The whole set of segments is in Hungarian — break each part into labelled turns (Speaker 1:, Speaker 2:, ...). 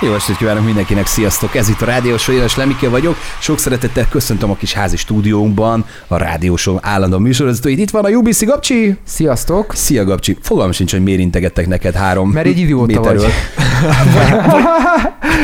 Speaker 1: Jó estét kívánok mindenkinek, sziasztok! Ez itt a Rádiós Éles Lemike vagyok. Sok szeretettel köszöntöm a kis házi stúdiónkban a rádiósom állandó műsorvezetőit. Itt van a UBC Gabcsi!
Speaker 2: Sziasztok!
Speaker 1: Szia Gabcsi! Fogalmam sincs, hogy miért integettek neked három
Speaker 2: Mert egy idióta
Speaker 1: méterről.
Speaker 2: vagy.
Speaker 1: Vagy- vagy-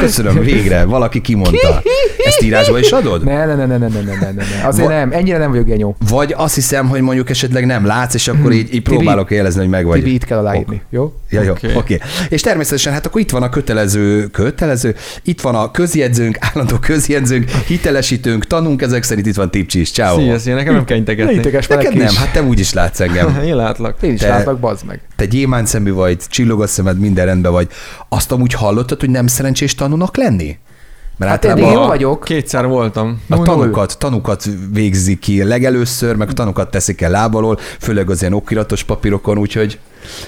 Speaker 1: Köszönöm, végre valaki kimondta. Ezt írásba is adod?
Speaker 2: Ne, ne, ne, ne, ne, ne, ne, ne, ne, ne. Azért
Speaker 1: Va-
Speaker 2: nem, ennyire nem vagyok genyó.
Speaker 1: Vagy azt hiszem, hogy mondjuk esetleg nem látsz, és akkor így, így
Speaker 2: Tibi-
Speaker 1: próbálok élezni, hogy meg vagy.
Speaker 2: Tibi, itt kell aláírni, jó?
Speaker 1: Ja, jó, oké.
Speaker 3: Oké.
Speaker 1: Okay. Okay. És természetesen, hát akkor itt van a kötelező, kötelező, itt van a közjegyzőnk, állandó közjegyzőnk, hitelesítőnk, tanunk, ezek szerint itt van Tipcsi is. Ciao.
Speaker 3: Szia, szia, nekem nem kell integetni.
Speaker 2: Ne integes már
Speaker 1: Neked
Speaker 2: neki
Speaker 1: nem,
Speaker 2: is.
Speaker 1: hát te úgy is látsz engem.
Speaker 3: Én látlak.
Speaker 2: Én is
Speaker 1: te-
Speaker 2: látlak, bazd meg.
Speaker 1: Te gyémánt szemű vagy, csillog a szemed, minden rendben vagy. Azt amúgy hallottad, hogy nem szerencsés tanulnak lenni? Mert
Speaker 2: Hát
Speaker 1: általában
Speaker 2: eddig
Speaker 1: a-
Speaker 2: jó vagyok.
Speaker 3: Kétszer voltam.
Speaker 1: a
Speaker 2: null.
Speaker 1: tanukat, tanukat végzi ki legelőször, meg tanukat teszik el lábalól, főleg az ilyen okiratos papírokon, úgyhogy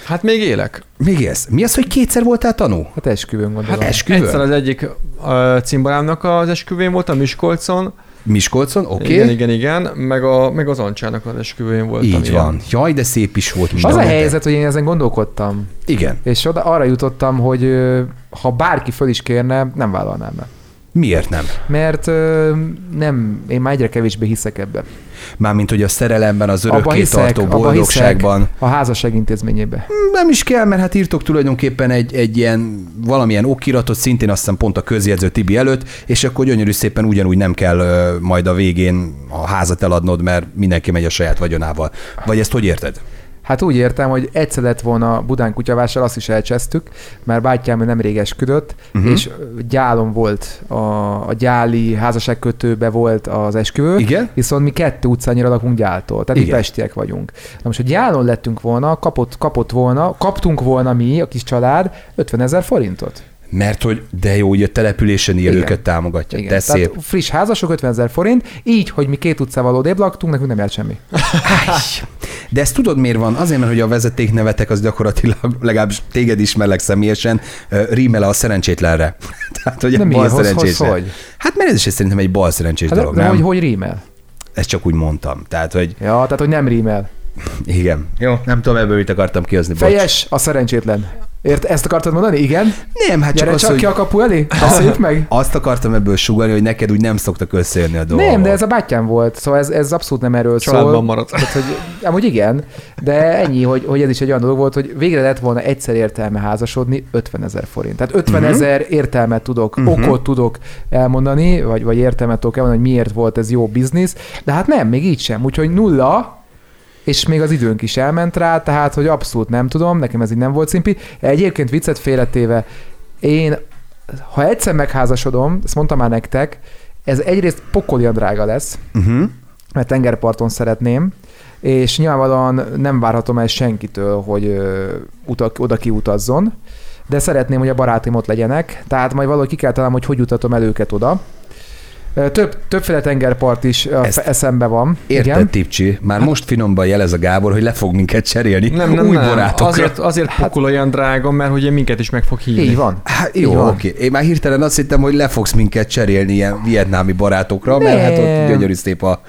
Speaker 3: Hát még élek.
Speaker 1: még ez. Mi az, hogy kétszer voltál tanú?
Speaker 2: Hát esküvőn gondolom.
Speaker 1: Hát
Speaker 2: Hát
Speaker 1: esküvőn?
Speaker 3: Egyszer az egyik ö, cimborámnak az esküvőjén voltam, Miskolcon.
Speaker 1: Miskolcon? Oké.
Speaker 3: Okay. Igen, igen, igen. Meg, a, meg az Ancsának az esküvőjén voltam.
Speaker 1: Így
Speaker 3: ilyen.
Speaker 1: van. Jaj, de szép is volt. mind
Speaker 2: az a
Speaker 1: kettő.
Speaker 2: helyzet, hogy én ezen gondolkodtam,
Speaker 1: Igen.
Speaker 2: és oda arra jutottam, hogy ö, ha bárki föl is kérne, nem vállalnám el.
Speaker 1: Miért nem?
Speaker 2: Mert ö, nem, én már egyre kevésbé hiszek ebbe.
Speaker 1: Mármint, hogy a szerelemben, az
Speaker 2: Abba
Speaker 1: örökké
Speaker 2: hiszek,
Speaker 1: tartó
Speaker 2: abba
Speaker 1: boldogságban.
Speaker 2: A házasság intézményébe.
Speaker 1: Nem is kell, mert hát írtok tulajdonképpen egy, egy ilyen valamilyen okiratot, szintén azt hiszem pont a közjegyző Tibi előtt, és akkor gyönyörű szépen ugyanúgy nem kell ö, majd a végén a házat eladnod, mert mindenki megy a saját vagyonával. Vagy ezt hogy érted?
Speaker 2: Hát úgy értem, hogy egyszer lett volna Budán kutyavásár, azt is elcsesztük, mert bátyám nem esküdött,
Speaker 1: Mhm.
Speaker 2: uh-huh. és ö, gyálon volt, a, a gyáli házasságkötőbe volt az esküvő,
Speaker 1: Igen?
Speaker 2: viszont mi kettő utcányira lakunk gyáltól, tehát mi
Speaker 1: Igen.
Speaker 2: pestiek vagyunk. Na most, hogy gyálon lettünk volna, kapott, kapott volna, kaptunk volna mi, a kis család, 50 ezer forintot.
Speaker 1: Mert hogy de jó, hogy a településen élőket
Speaker 2: Igen.
Speaker 1: támogatja.
Speaker 2: Igen.
Speaker 1: De
Speaker 2: Tehát
Speaker 1: szép.
Speaker 2: friss házasok, 50 ezer forint, így, hogy mi két utcával odébb laktunk, nekünk nem járt semmi.
Speaker 1: De ezt tudod miért van? Azért, mert hogy a vezetéknevetek az gyakorlatilag, legalábbis téged ismerlek személyesen, ö, rímel a szerencsétlenre. Tehát, hogy
Speaker 2: De
Speaker 1: a bal
Speaker 2: miért? Hoz- hoz-
Speaker 1: szerencsésre.
Speaker 2: hogy?
Speaker 1: Hát mert ez is szerintem egy bal szerencsés
Speaker 2: Hát,
Speaker 1: dolog,
Speaker 2: de,
Speaker 1: nem?
Speaker 2: hogy, hogy rímel?
Speaker 1: Ezt csak úgy mondtam. Tehát, hogy
Speaker 2: Ja, tehát, hogy nem rímel.
Speaker 1: igen. Jó, nem tudom, ebből mit akartam kihozni. bocs.
Speaker 2: Fejes a szerencsétlen. Ért, ezt akartad mondani? Igen?
Speaker 1: Nem, hát
Speaker 2: Hát
Speaker 1: csak,
Speaker 2: Gyere
Speaker 1: az,
Speaker 2: csak,
Speaker 1: hogy
Speaker 2: ki a kapu elé, beszéljük meg.
Speaker 1: azt akartam ebből sugalni, hogy neked úgy nem szoktak összejönni a dolgok.
Speaker 2: Nem, de ez a bátyám volt, szóval ez, ez abszolút nem erről
Speaker 3: Családban
Speaker 2: szól.
Speaker 3: maradt.
Speaker 2: Tehát, hogy, amúgy igen, de ennyi, hogy, hogy ez is egy olyan dolog volt, hogy végre lett volna egyszer értelme házasodni 50 ezer forint. Tehát 50
Speaker 3: Mhm.
Speaker 2: ezer uh-huh. értelmet tudok, uh-huh. okot tudok elmondani, vagy, vagy értelmet tudok elmondani, hogy miért volt ez jó biznisz, de hát nem, még így sem. Úgyhogy nulla, és még az időnk is elment rá, tehát, hogy abszolút nem tudom, nekem ez így nem volt szimpi. Egyébként viccet félretéve, én, ha egyszer megházasodom, ezt mondtam már nektek, ez egyrészt pokolian drága lesz,
Speaker 1: Uh-huh.
Speaker 2: mert tengerparton szeretném, és nyilvánvalóan nem várhatom el senkitől, hogy ö, utak, oda kiutazzon, de szeretném, hogy a barátim ott legyenek, tehát majd valahogy ki kell találnom, hogy hogy jutatom el őket oda. Ö, Több, többféle tengerpart is ö,
Speaker 1: Ezt-
Speaker 2: eszembe van.
Speaker 1: Érted,
Speaker 2: Igen. Hát-
Speaker 1: Tipcsi? Már most finomban jelez a Gábor, hogy le fog minket cserélni.
Speaker 3: Nem, nem,
Speaker 1: Új
Speaker 3: nem.
Speaker 1: barátokra.
Speaker 3: Azért, azért pokol olyan drága, mert hogy minket is meg fog hívni.
Speaker 2: Hát- Így van.
Speaker 1: Hát
Speaker 2: Így
Speaker 1: jó,
Speaker 2: van.
Speaker 1: oké. Én már hirtelen azt hittem, hogy le fogsz minket cserélni ilyen vietnámi barátokra, mert hát ott
Speaker 2: Nem.
Speaker 1: gyönyörű szép a...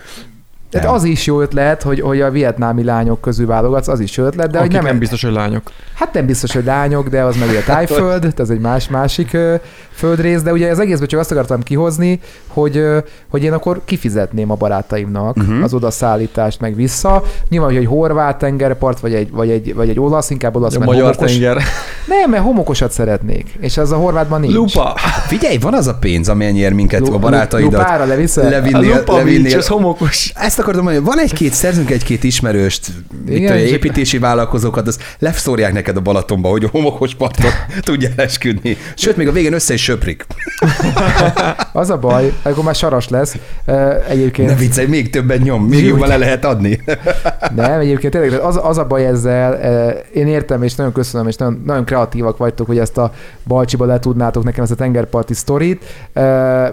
Speaker 2: Tehát
Speaker 1: Nem.
Speaker 2: az is jó ötlet, hogy, hogy a vietnámi lányok közül válogatsz, az is jó ötlet, de
Speaker 3: De
Speaker 2: hogy
Speaker 3: akik
Speaker 2: nem,
Speaker 3: nem, biztos, hogy lányok.
Speaker 2: Hát nem biztos, hogy lányok, de az meg
Speaker 3: Hát
Speaker 2: ugye tájföld, ez egy más másik ö, földrész, de ugye az egészből csak azt akartam kihozni, hogy, ö, hogy én akkor kifizetném a barátaimnak
Speaker 1: Mhm.
Speaker 2: uh-huh. az odaszállítást meg vissza. Nyilván, hogy egy horvát tengerpart, vagy egy, vagy egy, vagy egy olasz, inkább olasz,
Speaker 3: A
Speaker 2: mert
Speaker 3: magyar
Speaker 2: homokos.
Speaker 3: tenger.
Speaker 2: Nem, mert homokosat szeretnék, és az a horvátban nincs.
Speaker 3: Lupa.
Speaker 1: Figyelj, van az a pénz, amennyire minket
Speaker 2: Lu-
Speaker 1: a
Speaker 2: lu-
Speaker 1: barátaidat
Speaker 2: Lupára leviszel?
Speaker 3: A
Speaker 1: levinnél.
Speaker 3: Lupa Beach,
Speaker 1: levinnél.
Speaker 3: ez homokos.
Speaker 1: Ezt akartam mondani, van egy-két, szerzünk egy-két ismerőst, mit
Speaker 2: Igen,
Speaker 1: tudom,
Speaker 2: csak-
Speaker 1: építési vállalkozókat, az leszórják neked a Balatonba, hogy a homokos parton tudjál esküdni. Sőt, még a végén össze is söprik.
Speaker 2: Az a baj, akkor már saras lesz. Ö, Egyébként
Speaker 1: Ne viccelj, még többen nyom, még
Speaker 2: Jó,
Speaker 1: jobban le lehet adni.
Speaker 2: Nem, egyébként tényleg tehát az, az a baj ezzel, eh, én értem, és nagyon köszönöm, és nagyon, nagyon kreatívak vagytok, hogy ezt a balcsiba le tudnátok nekem ezt a tengerparti sztorit. Eh,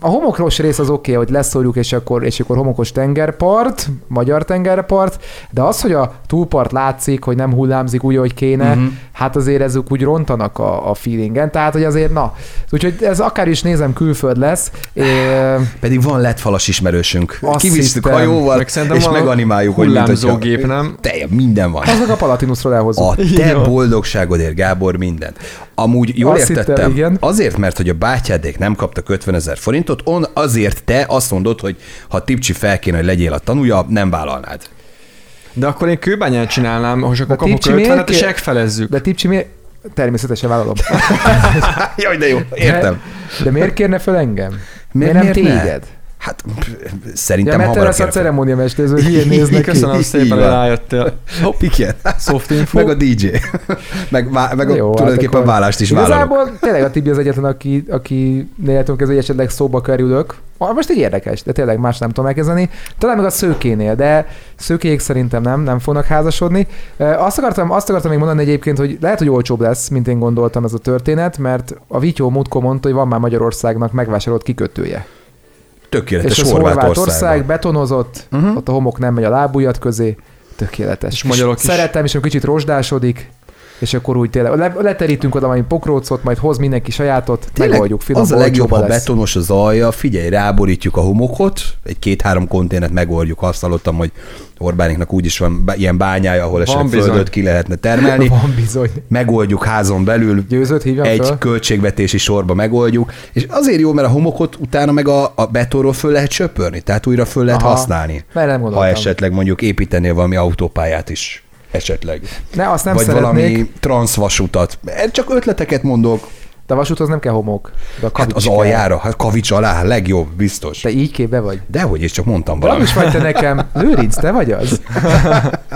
Speaker 2: A homokos rész az oké, okay, hogy leszorjuk, és akkor, és akkor homokos tengerpart, magyar tengerpart, de az, hogy a túlpart látszik, hogy nem hullámzik úgy, ahogy kéne,
Speaker 1: Mhm.
Speaker 2: mm-hmm. hát azért ezek úgy rontanak a, a feelingen, tehát hogy azért na. Úgyhogy ez akár is nézem, külföld lesz. Eh,
Speaker 1: Pedig van lett falas ismerősünk.
Speaker 2: Azt
Speaker 1: Kivisszük
Speaker 2: hittem.
Speaker 1: hajóval,
Speaker 3: Meg szerintem
Speaker 1: és
Speaker 3: van
Speaker 1: meganimáljuk, hogy mint hogyha-
Speaker 3: hullámzógép, nem?
Speaker 1: Te, minden van.
Speaker 2: az meg a Palatinusról elhozunk.
Speaker 1: A te
Speaker 3: Jó.
Speaker 1: boldogságodért, Gábor, mindent. A Amúgy jól
Speaker 2: Azt hittem,
Speaker 1: értettem,
Speaker 2: igen.
Speaker 1: azért, mert hogy a bátyádék nem kaptak 50 ezer forintot, on azért te azt mondod, hogy ha Tipcsi fel kéne, hogy legyél a tanúja, nem vállalnád.
Speaker 3: De akkor én kőbányát csinálnám, hogy akkor
Speaker 2: De
Speaker 3: kapok
Speaker 2: Tipcsi miért
Speaker 3: 50-et, és
Speaker 2: kér-
Speaker 3: ekfelezzük.
Speaker 2: De Tipcsi miért? Természetesen vállalom.
Speaker 1: Jaj, de jó, értem.
Speaker 2: De, de miért kérne fel engem? Miért, miért nem
Speaker 1: miért ne?
Speaker 2: téged?
Speaker 1: Hát pff,
Speaker 2: Ja,
Speaker 1: szerintem
Speaker 2: mert te
Speaker 1: hamar
Speaker 2: lesz a
Speaker 1: kell fel.
Speaker 2: ceremónia mester, hülyén
Speaker 1: Így,
Speaker 2: néznek ki.
Speaker 3: Köszönöm
Speaker 1: Így
Speaker 3: szépen,
Speaker 1: van.
Speaker 3: hogy rájöttél.
Speaker 1: Igen.
Speaker 3: Soft info.
Speaker 1: Meg a DJ. Meg, vá- meg a,
Speaker 2: Jó,
Speaker 1: Jó,
Speaker 2: hát
Speaker 1: tulajdonképpen
Speaker 2: akkor-
Speaker 1: vállást is vállalok.
Speaker 2: Igazából tényleg a Tibi az egyetlen, aki, aki néletünk ez, hogy esetleg szóba kerülök. Ah, Most így érdekes, de tényleg más nem tudom elkezdeni. Talán meg a szőkénél, de szőkék szerintem nem, nem fognak házasodni. Ö, Azt akartam, azt akartam még mondani egyébként, hogy lehet, hogy olcsóbb lesz, mint én gondoltam ez a történet, mert a Vityó múltkor mondta, hogy van már Magyarországnak megvásárolt kikötője.
Speaker 1: Tökéletes
Speaker 2: És ez Horvátország
Speaker 1: Horvátország.
Speaker 2: betonozott,
Speaker 1: Mhm.
Speaker 2: uh-huh. ott a homok nem megy a lábujjad közé, tökéletes.
Speaker 3: És magyarok is.
Speaker 2: Szeretem, és amikor kicsit rozsdásodik, és akkor úgy tényleg le, leterítünk oda valami pokrócot, majd hoz mindenki sajátot, megoldjuk, finom
Speaker 1: az a legjobb,
Speaker 2: olcsóba
Speaker 1: ha
Speaker 2: lesz.
Speaker 1: betonos az alja, figyelj, ráborítjuk a homokot, egy két-három konténert megoldjuk, azt hallottam, hogy Orbániknak úgyis van bá- ilyen bányája, ahol esetleg
Speaker 3: bizony.
Speaker 1: földöt ki lehetne termelni.
Speaker 2: Van bizony.
Speaker 1: Megoldjuk házon belül,
Speaker 2: Győzött hívjam
Speaker 1: egy
Speaker 2: föl?
Speaker 1: költségvetési sorba megoldjuk, és azért jó, mert a homokot utána meg a, a betonról föl lehet söpörni, tehát újra föl lehet
Speaker 2: Aha.
Speaker 1: használni.
Speaker 2: Mert nem
Speaker 1: Ha
Speaker 2: gondoltam.
Speaker 1: esetleg mondjuk építenél valami autópályát is esetleg.
Speaker 2: Ne, azt nem
Speaker 1: Vagy
Speaker 2: szeretnék, valami...
Speaker 1: valami transzvasutat. Eh, Csak ötleteket mondok.
Speaker 2: de a vasúthoz nem kell homok. De a
Speaker 1: Hát
Speaker 2: kavics
Speaker 1: az
Speaker 2: kell.
Speaker 1: aljára, hát kavics alá, legjobb, biztos.
Speaker 2: Te így képbe vagy.
Speaker 1: Dehogy, és csak mondtam
Speaker 2: Valami
Speaker 1: valamit.
Speaker 2: is vagy te nekem. Lőrinc, te vagy az?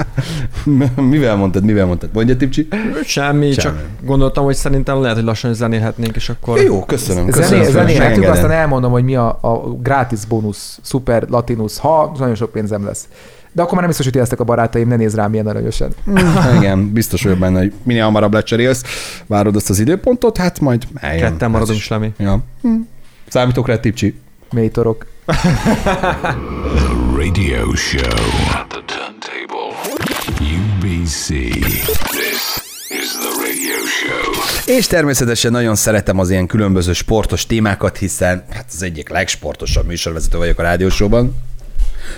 Speaker 1: mivel mondtad, mivel mondtad? Mondja, Tipcsi?
Speaker 3: Semmi, csak gondoltam, hogy szerintem lehet, hogy lassan zenélhetnénk, és akkor...
Speaker 1: Jó, köszönöm. köszönöm,
Speaker 2: Zené,
Speaker 1: szépen,
Speaker 2: zenélhetünk,
Speaker 1: engedem.
Speaker 2: aztán elmondom, hogy mi a, a gratis bónusz, szuper latinus, ha nagyon sok pénzem lesz. De akkor már nem biztos, hogy ti lesztek a barátaim, ne néz rám ilyen aranyosan.
Speaker 1: Igen, biztos vagyok benne, hogy minél hamarabb lecserélsz, várod azt az időpontot, hát majd eljön.
Speaker 3: Ketten maradunk, Slemi.
Speaker 1: Ja. Hm. Számítok rá, Tipcsi.
Speaker 2: Mély torok.
Speaker 4: Radio show. At the turntable. UBC. This is the radio show.
Speaker 1: És természetesen nagyon szeretem az ilyen különböző sportos témákat, hiszen hát az egyik legsportosabb műsorvezető vagyok a rádiósóban.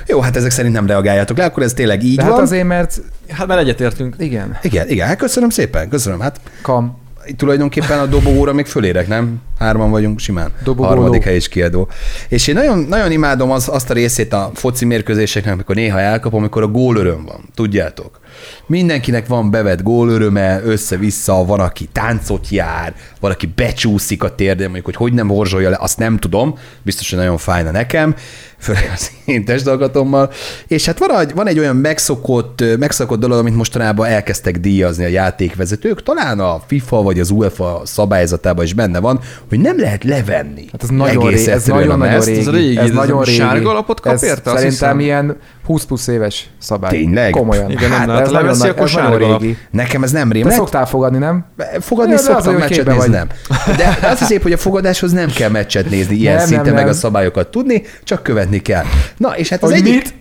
Speaker 1: Jó, hát ezek szerint nem reagáljátok le, akkor ez tényleg így
Speaker 2: De
Speaker 1: van.
Speaker 2: hát azért, mert
Speaker 3: Hát már egyetértünk.
Speaker 2: igen,
Speaker 1: Igen, igen, hát köszönöm szépen, köszönöm. Hát
Speaker 2: kam.
Speaker 1: itt tulajdonképpen a dobogóra még fölérek, nem? Hárman vagyunk simán.
Speaker 2: Dobogó
Speaker 1: Harmadik
Speaker 2: ló.
Speaker 1: hely is kiadó. És én nagyon, nagyon imádom az, azt a részét a foci mérkőzéseknek, amikor néha elkapom, amikor a gólöröm van, tudjátok. Mindenkinek van bevett gólöröme, össze-vissza, van, aki táncot jár, valaki becsúszik a térdén, mondjuk, hogy hogy nem horzsolja le, azt nem tudom, biztos, hogy nagyon fájna nekem, főleg az én testalkatommal. És hát van egy, van egy olyan megszokott, ö, megszokott dolog, amit mostanában elkezdtek díjazni a játékvezetők, talán a FIFA vagy az UEFA szabályzatában is benne van, hogy nem lehet levenni.
Speaker 2: Hát ez nagyon
Speaker 1: Egész
Speaker 2: régi, ez
Speaker 1: egyszerűen a
Speaker 2: nagyon, nagyon
Speaker 1: mezt.
Speaker 2: régi.
Speaker 3: ez régi,
Speaker 2: ez
Speaker 3: ez
Speaker 2: nagyon
Speaker 3: a
Speaker 2: régi.
Speaker 3: sárga lapot kap
Speaker 2: ez
Speaker 3: érte, azt
Speaker 2: Szerintem
Speaker 3: hiszem.
Speaker 2: ilyen 20 plusz éves szabály.
Speaker 1: Tényleg?
Speaker 2: Komolyan.
Speaker 3: Igen, nem,
Speaker 2: de
Speaker 3: hát
Speaker 2: ez nagyon,
Speaker 3: leveszi,
Speaker 2: nagy-
Speaker 3: akkor
Speaker 2: ez nagyon
Speaker 3: sárga lap.
Speaker 2: régi.
Speaker 1: Nekem ez nem rém.
Speaker 2: Te
Speaker 1: Lehet-
Speaker 2: szoktál fogadni, nem?
Speaker 1: Fogadni
Speaker 2: Ja, de az,
Speaker 1: szoktam,
Speaker 2: hogy
Speaker 1: meccset
Speaker 2: képbe vagy.
Speaker 1: néznem. De az az épp, hogy a fogadáshoz nem kell meccset nézni, ilyen nem,
Speaker 2: Nem, nem,
Speaker 1: szinten nem,
Speaker 2: nem.
Speaker 1: meg a szabályokat tudni, csak követni kell. Na, és hát az
Speaker 2: Hogy
Speaker 1: egyik...
Speaker 2: mit?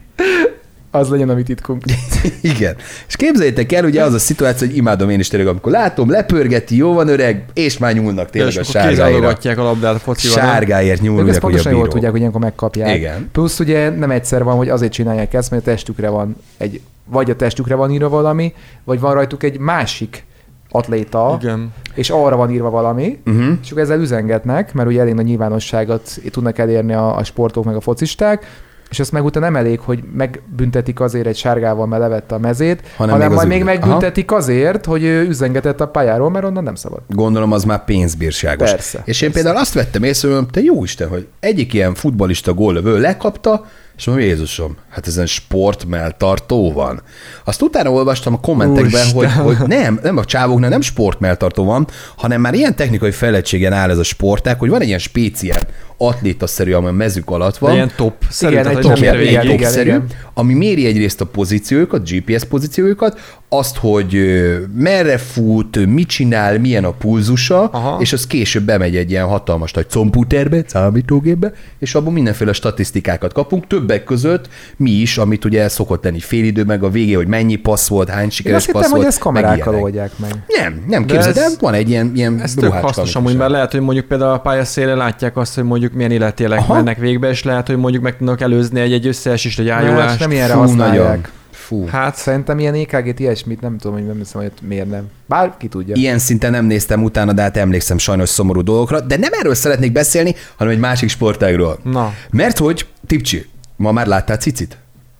Speaker 2: Az legyen a mi titkunk.
Speaker 1: Igen. És képzeljétek el, ugye az a szituáció, hogy imádom én is tényleg, amikor látom, lepörgeti, jó van öreg, és már nyúlnak tényleg
Speaker 3: és
Speaker 1: a
Speaker 3: akkor
Speaker 1: sárgáért.
Speaker 3: kézzel a labdát a focival. nem?
Speaker 1: Sárgáért
Speaker 2: Ők ezt
Speaker 1: nyúlnak, ugye a
Speaker 2: pontosan jól
Speaker 1: bíró.
Speaker 2: tudják, hogy ilyenkor megkapják.
Speaker 1: Igen.
Speaker 2: Plusz ugye nem egyszer van, hogy azért csinálják ezt, mert a testükre van egy, vagy a testükre van írva valami, vagy van rajtuk egy másik atléta,
Speaker 3: Igen.
Speaker 2: és arra van írva valami,
Speaker 1: Mhm.
Speaker 2: uh-huh. és akkor ezzel üzengetnek, mert ugye elég nagy nyilvánosságot tudnak elérni a, a sportok meg a focisták, és ezt meg utána nem elég, hogy megbüntetik azért egy sárgával, mert levette a mezét, hanem,
Speaker 1: Hanem még az
Speaker 2: hanem majd még
Speaker 1: ügy- Aha.
Speaker 2: megbüntetik Aha. azért, hogy ő üzengetett a pályáról, mert onnan nem szabad.
Speaker 1: Gondolom az már pénzbírságos.
Speaker 2: Persze,
Speaker 1: És én például azt vettem észre, hogy te jó Isten, hogy egyik ilyen futbalista góllövő lekapta, és mondom, Jézusom, hát ezen sportmeltartó van. Azt utána olvastam a kommentekben, hogy, hogy, nem, nem a csávóknál nem sportmeltartó van, hanem már ilyen technikai fejlettségen áll ez a sporták, hogy van egy ilyen spéciál atlétaszerű, ami a mezük alatt van.
Speaker 3: De ilyen top.
Speaker 2: Igen,
Speaker 3: Szerintem,
Speaker 2: egy
Speaker 3: hogy
Speaker 2: top,
Speaker 3: nem
Speaker 1: Igen,
Speaker 3: ér
Speaker 1: igen,
Speaker 3: végig.
Speaker 1: igen,
Speaker 2: igen,
Speaker 1: szerű,
Speaker 2: igen.
Speaker 1: ami méri egyrészt a pozíciójukat, GPS pozíciójukat, azt, hogy ö, merre fut, ö, mit csinál, milyen a pulzusa, Aha.
Speaker 3: Aha.
Speaker 1: és az később bemegy egy ilyen hatalmas nagy computerbe, számítógépbe, és abban mindenféle statisztikákat kapunk, többek között mi is, amit ugye szokott lenni félidő, meg a végé, hogy mennyi passz volt, hány
Speaker 2: Én
Speaker 1: sikeres
Speaker 2: azt hittem,
Speaker 1: passz
Speaker 2: hogy
Speaker 1: volt,
Speaker 2: ezt
Speaker 1: meg
Speaker 2: kamerákkal
Speaker 1: ilyenek.
Speaker 2: oldják meg.
Speaker 1: Nem, nem
Speaker 3: De
Speaker 1: képzeld,
Speaker 3: ez-
Speaker 1: el, van egy ilyen, ilyen
Speaker 3: Ez tök
Speaker 1: ruhácska,
Speaker 3: hasznos
Speaker 1: amit
Speaker 3: amúgy,
Speaker 1: csinál.
Speaker 3: mert lehet, hogy mondjuk például a pályaszélén látják azt, hogy mondjuk milyen életélek
Speaker 1: Aha.
Speaker 3: mennek végbe, és lehet, hogy mondjuk meg tudnak előzni egy-egy összeesést, egy
Speaker 2: Nem,
Speaker 3: ájulást.
Speaker 2: nem ilyenre
Speaker 1: Fú,
Speaker 2: használják.
Speaker 1: nagyon. Fú.
Speaker 3: Hát,
Speaker 2: Szerintem ilyen E EKG-t, ilyesmit nem tudom, hogy nem hiszem, hogy ott miért nem. Bár ki tudja.
Speaker 1: Ilyen szinten nem néztem utána, de hát emlékszem sajnos szomorú dolgokra, de nem erről szeretnék beszélni, hanem egy másik sportágról.
Speaker 3: na,
Speaker 1: Mert hogy, Tipcsi, ma már láttál cicit?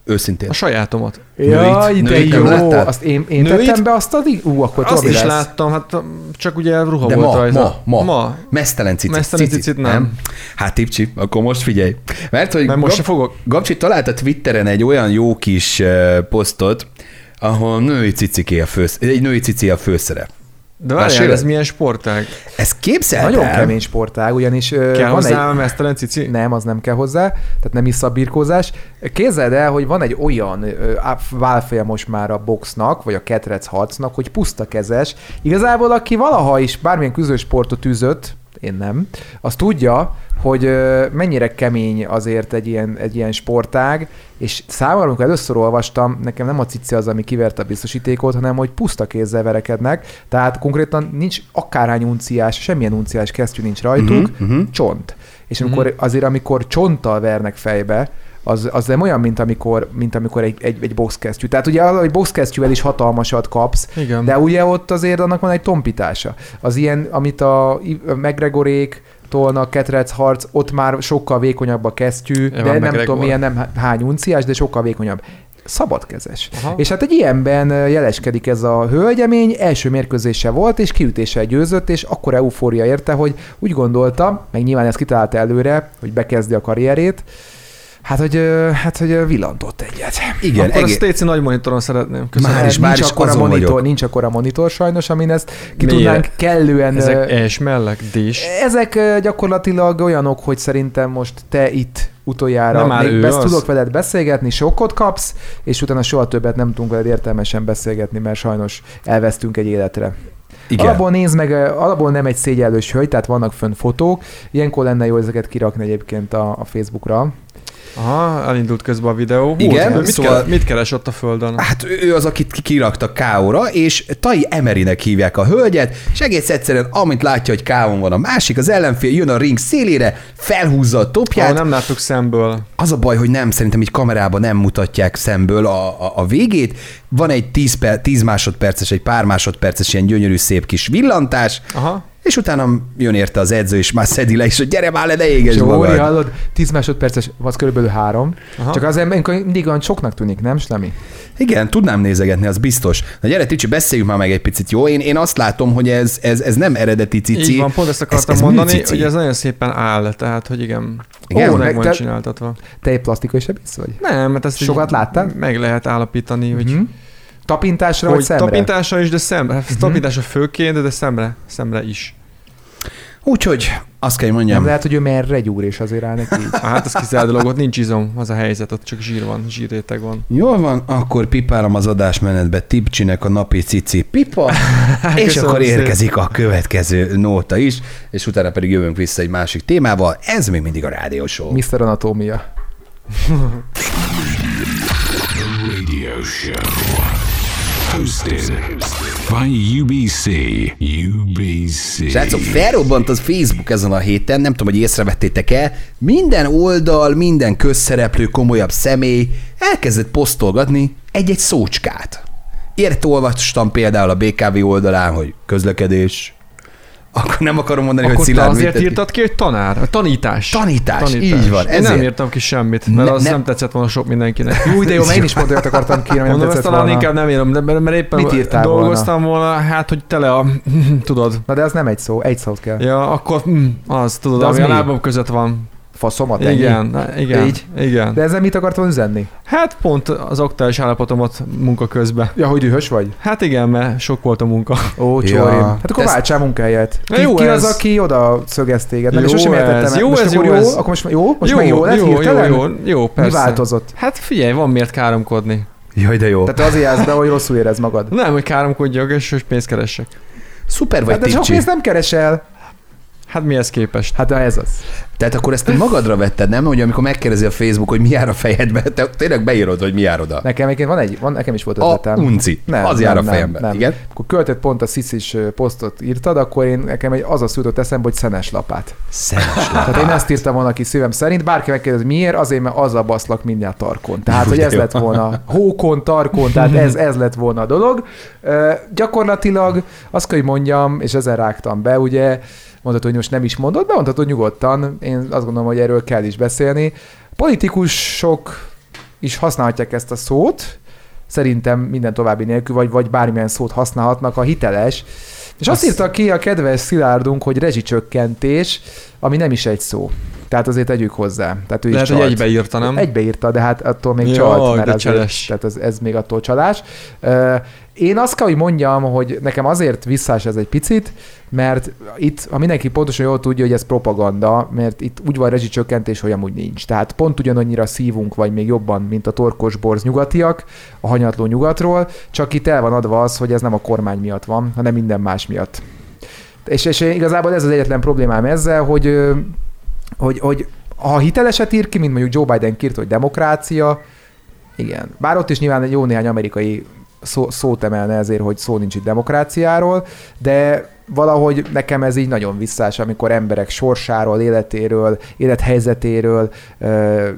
Speaker 1: Őszintén.
Speaker 3: a sajátomat.
Speaker 2: Jaj,
Speaker 1: Nőit-
Speaker 2: de
Speaker 1: nőit nem
Speaker 2: jó!
Speaker 1: láttál?
Speaker 2: Azt én, én
Speaker 3: Nőit?
Speaker 2: tettem be azt addig? Ú, akkor
Speaker 3: Azt
Speaker 2: Tomi
Speaker 3: is
Speaker 2: lesz.
Speaker 3: láttam, hát um, csak ugye ruha
Speaker 1: De
Speaker 3: volt
Speaker 1: ma,
Speaker 3: rajta.
Speaker 1: ma, ma,
Speaker 3: ma.
Speaker 1: Mesztelen cicit.
Speaker 3: Mesztelen cicit nem.
Speaker 1: Hát Tipcsi, akkor most figyelj. Mert hogy
Speaker 3: Mert most se
Speaker 1: Gab-
Speaker 3: fogok.
Speaker 1: Gabcsi talált a Twitteren egy olyan jó kis uh, posztot, ahol női ciciké a fősz, egy női cici a főszerep.
Speaker 3: De várjál,
Speaker 1: Meséled?
Speaker 3: ez milyen sportág?
Speaker 1: Ez képzeld
Speaker 2: Nagyon
Speaker 1: el,
Speaker 2: kemény sportág, ugyanis ö,
Speaker 3: Kell
Speaker 2: van egy,
Speaker 3: hozzá egy... mesztelen cici?
Speaker 2: Nem, az nem kell hozzá, tehát nem is szabírkózás. Képzeld el, hogy van egy olyan ö, á- válfolyam most már a boxnak, vagy a ketrec harcnak, hogy puszta kezes. Igazából aki valaha is bármilyen küzdősportot üzött, én nem, az tudja, hogy ö, mennyire kemény azért egy ilyen, egy ilyen sportág, és számomra, amikor először olvastam, nekem nem a cici az, ami kiverte a biztosítékot, hanem hogy puszta kézzel verekednek, tehát konkrétan nincs akárhány unciás, semmilyen unciás kesztyű nincs rajtuk, uh-huh, uh-huh. csont. És amikor uh-huh. azért, amikor csonttal vernek fejbe, az, az nem olyan, mint amikor, mint amikor egy, egy, egy boxkesztyű. Tehát ugye az, hogy boxkesztyűvel is hatalmasat kapsz,
Speaker 3: Igen.
Speaker 2: de ugye ott azért annak van egy tompítása. Az ilyen, amit a I- a McGregorék tolnak, ketrec harc, ott már sokkal vékonyabb a kesztyű, de
Speaker 3: Evan
Speaker 2: nem
Speaker 3: McGregor.
Speaker 2: tudom milyen, nem hány unciás, de sokkal vékonyabb. Szabadkezes.
Speaker 3: Aha.
Speaker 2: És hát egy ilyenben ö, jeleskedik ez a hölgyemény, első mérkőzése volt, és kiütéssel győzött, és akkor eufória érte, hogy úgy gondolta, meg nyilván ezt kitalálta előre, hogy bekezdi a karrierét, hát hogy, ö, hát, hogy ö, villantott egyet.
Speaker 1: Igen,
Speaker 3: Akkor
Speaker 1: egész,
Speaker 3: ezt Stacy nagy monitoron szeretném. Köszönöm.
Speaker 1: Már
Speaker 2: Hát
Speaker 1: is, már
Speaker 2: nincs
Speaker 1: is
Speaker 2: akkora
Speaker 1: azon
Speaker 2: monitor,
Speaker 1: vagyok.
Speaker 2: nincs akkora monitor sajnos, amin ezt ki
Speaker 3: Miért?
Speaker 2: tudnánk kellően... ö,
Speaker 3: Ezek es mellek, dés.
Speaker 2: ezek ö, gyakorlatilag olyanok, hogy szerintem most te itt utoljára
Speaker 3: Nem áll
Speaker 2: még
Speaker 3: ő
Speaker 2: besz,
Speaker 3: az.
Speaker 2: tudok veled beszélgetni, sokkot kapsz, és utána soha többet nem tudunk veled értelmesen beszélgetni, mert sajnos elvesztünk egy életre.
Speaker 1: igen.
Speaker 2: Alapból nézd meg, ö, alapból nem egy szégyellős hölgy, tehát vannak fönn fotók, ilyenkor lenne jó ezeket kirakni egyébként a, a Facebookra.
Speaker 3: Aha, elindult közben a videó. Hú,
Speaker 1: Igen,
Speaker 3: mit,
Speaker 1: szóval-
Speaker 3: szóval... keres, mit keres ott a földön?
Speaker 1: Hát ő ő az, akit ki- kirakta K.O.-ra, és Tai Emerinek hívják a hölgyet, és egész egyszerűen, amint látja, hogy K.O.-n van a másik, az ellenfél jön a ring szélére, felhúzza a
Speaker 3: Ahol
Speaker 1: topját.
Speaker 3: nem láttuk szemből.
Speaker 1: Az a baj, hogy nem, szerintem így kamerában nem mutatják szemből a, a, a végét. Van egy 10, per, 10 másodperces, egy pár másodperces ilyen gyönyörű szép kis villantás,
Speaker 3: Aha.
Speaker 1: és utána jön érte az edző, és már szedi le, és hogy gyere már le, ne égesd
Speaker 2: Zsóri, hát
Speaker 1: magad.
Speaker 2: hallod, 10 másodperces, az körülbelül három. Aha.
Speaker 3: Aha.
Speaker 2: Csak az em- mindig olyan soknak tűnik, nem, Slemi?
Speaker 1: Igen, tudnám nézegetni, az biztos. Na gyere, Ticsi, beszéljünk már meg egy picit, jó? Én, én azt látom, hogy ez, ez, ez nem eredeti cici.
Speaker 3: Így van, pont ezt akartam
Speaker 1: ez
Speaker 3: mondani,
Speaker 1: műcici.
Speaker 3: hogy ez nagyon szépen áll, tehát, hogy igen.
Speaker 1: Igen?
Speaker 3: Igen,
Speaker 2: Meg
Speaker 3: meg van
Speaker 2: te-
Speaker 3: csináltatva.
Speaker 2: Te egy plastikai sebész vagy?
Speaker 3: Nem, mert ezt így
Speaker 2: Sokat láttál?
Speaker 3: Meg lehet állapítani, hogy,
Speaker 2: Mhm. Tapintásra vagy
Speaker 3: hogy
Speaker 2: szemre?
Speaker 3: tapintása is, de szemre. Uh-huh. Tapintása főként, de szemre, szemre is.
Speaker 1: Úgyhogy azt kell, hogy
Speaker 2: Nem
Speaker 1: mondjam,
Speaker 2: lehet, hogy ő merre gyúr, és azért áll neki így.
Speaker 3: Ah, Hát ez kizárt dolog, ott nincs izom, az a helyzet, ott csak zsír van, zsírréteg van.
Speaker 1: Jól van, akkor pipálom az adásmenetbe Tipcsinek a napi cici pipa, és
Speaker 3: Köszönöm
Speaker 1: akkor
Speaker 3: szépen.
Speaker 1: érkezik a következő nóta is, és utána pedig jövünk vissza egy másik témával. Ez még mindig a Rádió Show.
Speaker 2: Mr. Anatómia.
Speaker 4: The radio show. Hosted by UBC. UBC.
Speaker 1: Srácok, felrobbant az Facebook ezen a héten, nem tudom, hogy észrevettétek-e, minden oldal, minden közszereplő, komolyabb személy elkezdett posztolgatni egy-egy szócskát. Ért olvastam például a BKV oldalán, hogy közlekedés, akkor nem akarom mondani,
Speaker 3: Akkor
Speaker 1: hogy
Speaker 3: te
Speaker 1: szilárd
Speaker 3: azért
Speaker 1: büntetés.
Speaker 3: írtad ki, hogy tanár, vagy tanítás.
Speaker 1: Tanítás, így van,
Speaker 3: Én
Speaker 1: ezért.
Speaker 3: nem írtam ki semmit,
Speaker 1: Ne-
Speaker 3: mert az
Speaker 1: ne-
Speaker 3: nem tetszett volna sok mindenkinek.
Speaker 2: Jó, de jó, mert én is pont olyat akartam kérni, ami nem
Speaker 3: Mondom, ezt
Speaker 2: tetszett
Speaker 3: talán
Speaker 2: volna.
Speaker 3: inkább nem írom, de, mert mert éppen
Speaker 2: Mit írtál
Speaker 3: dolgoztam volna? hát, hogy tele a... tudod.
Speaker 2: Na de az nem egy szó, egy szót kell.
Speaker 3: Ja, akkor mm, az, tudod,
Speaker 2: De az
Speaker 3: ami a
Speaker 2: mi?
Speaker 3: lábam között van.
Speaker 2: Faszomat, ennyi?
Speaker 3: Igen, na, igen,
Speaker 2: Így?
Speaker 3: Így? igen.
Speaker 2: De ezzel mit akartam üzenni?
Speaker 3: Hát pont az aktuális állapotomat munka közben.
Speaker 2: Ja, hogy dühös vagy?
Speaker 3: Hát igen, mert sok volt a munka.
Speaker 2: Ó,
Speaker 1: Ja.
Speaker 2: csóri. Hát akkor
Speaker 1: Ezt-
Speaker 2: váltsál munkahelyet.
Speaker 3: Na
Speaker 2: Ki,
Speaker 3: jó
Speaker 2: ki az,
Speaker 3: ez.
Speaker 2: aki oda szögez téged? Meg
Speaker 3: Jó
Speaker 2: és sosem
Speaker 3: ez,
Speaker 2: értettem el.
Speaker 3: jó
Speaker 2: most
Speaker 3: ez,
Speaker 2: akkor
Speaker 3: jó
Speaker 2: jó,
Speaker 3: ez.
Speaker 2: Akkor most, jó? Most jó, már jó lett
Speaker 3: jó, jó,
Speaker 2: hirtelen?
Speaker 3: jó, jó,
Speaker 2: Mi
Speaker 3: persze.
Speaker 2: változott?
Speaker 3: Hát figyelj, van miért káromkodni.
Speaker 1: Jaj, de jó.
Speaker 2: Tehát te azért jársz be, hogy rosszul érez magad.
Speaker 3: Nem, hogy káromkodjak, és hogy pénzt keressek.
Speaker 1: Szuper vagy,
Speaker 2: Hát de sok
Speaker 1: Tipcsi.
Speaker 2: pénzt nem keresel.
Speaker 3: Hát mihez képest?
Speaker 2: Hát na ez az.
Speaker 1: Tehát akkor ezt te magadra vetted, nem? Hogy amikor megkérdezi a Facebook, hogy mi jár a fejedbe, te tényleg beírod, hogy mi jár oda.
Speaker 2: Nekem egyébként van egy, van, nekem is volt
Speaker 1: A
Speaker 2: ötletem.
Speaker 1: unci. Nem, az jár a fejemben. Igen?
Speaker 2: Akkor költött pont a sziszis ö, posztot írtad, akkor én nekem egy az a jutott eszembe, hogy szenes lapát.
Speaker 1: Szenes
Speaker 2: Tehát én ezt írtam volna ki szívem szerint, bárki megkérdez, miért, azért, mert azzal baszlak mindjárt tarkon. Tehát, hogy ez lett volna hókon, tarkon, tehát ez, ez lett volna a dolog. Ö, gyakorlatilag azt kell, hogy mondjam, és ezen rágtam be, ugye, mondhatod, hogy most nem is mondod, de mondhatod nyugodtan, én azt gondolom, hogy erről kell is beszélni. Politikusok is használhatják ezt a szót, szerintem minden további nélkül, vagy, vagy bármilyen szót használhatnak, a hiteles. És azt, azt írta ki a kedves Szilárdunk, hogy rezsicsökkentés, ami nem is egy szó. Tehát azért tegyük hozzá. Tehát ő
Speaker 3: Lehet,
Speaker 2: is
Speaker 3: hogy
Speaker 2: csalt.
Speaker 3: egybe írta, nem?
Speaker 2: Egybeírta, de hát attól még
Speaker 3: Jaj,
Speaker 2: csalt, mert
Speaker 3: de
Speaker 2: azért,
Speaker 3: cseles.
Speaker 2: tehát ez, ez még attól csalás. Ö, Én azt kell, hogy mondjam, hogy nekem azért visszás ez egy picit, mert itt, ha mindenki pontosan jól tudja, hogy ez propaganda, mert itt úgy van rezsicsökkentés, hogy amúgy nincs. Tehát pont ugyanannyira szívunk, vagy még jobban, mint a torkos borz nyugatiak, a hanyatló nyugatról, csak itt el van adva az, hogy ez nem a kormány miatt van, hanem minden más miatt. És, és igazából ez az egyetlen problémám ezzel, hogy, ö, hogy, hogy ha hiteleset ír ki, mint mondjuk Joe Biden írt, hogy demokrácia, igen. Bár ott is nyilván egy jó néhány amerikai szó, szót emelne ezért, hogy szó nincs itt demokráciáról, de valahogy nekem ez így nagyon visszás, amikor emberek sorsáról, életéről, élethelyzetéről ö,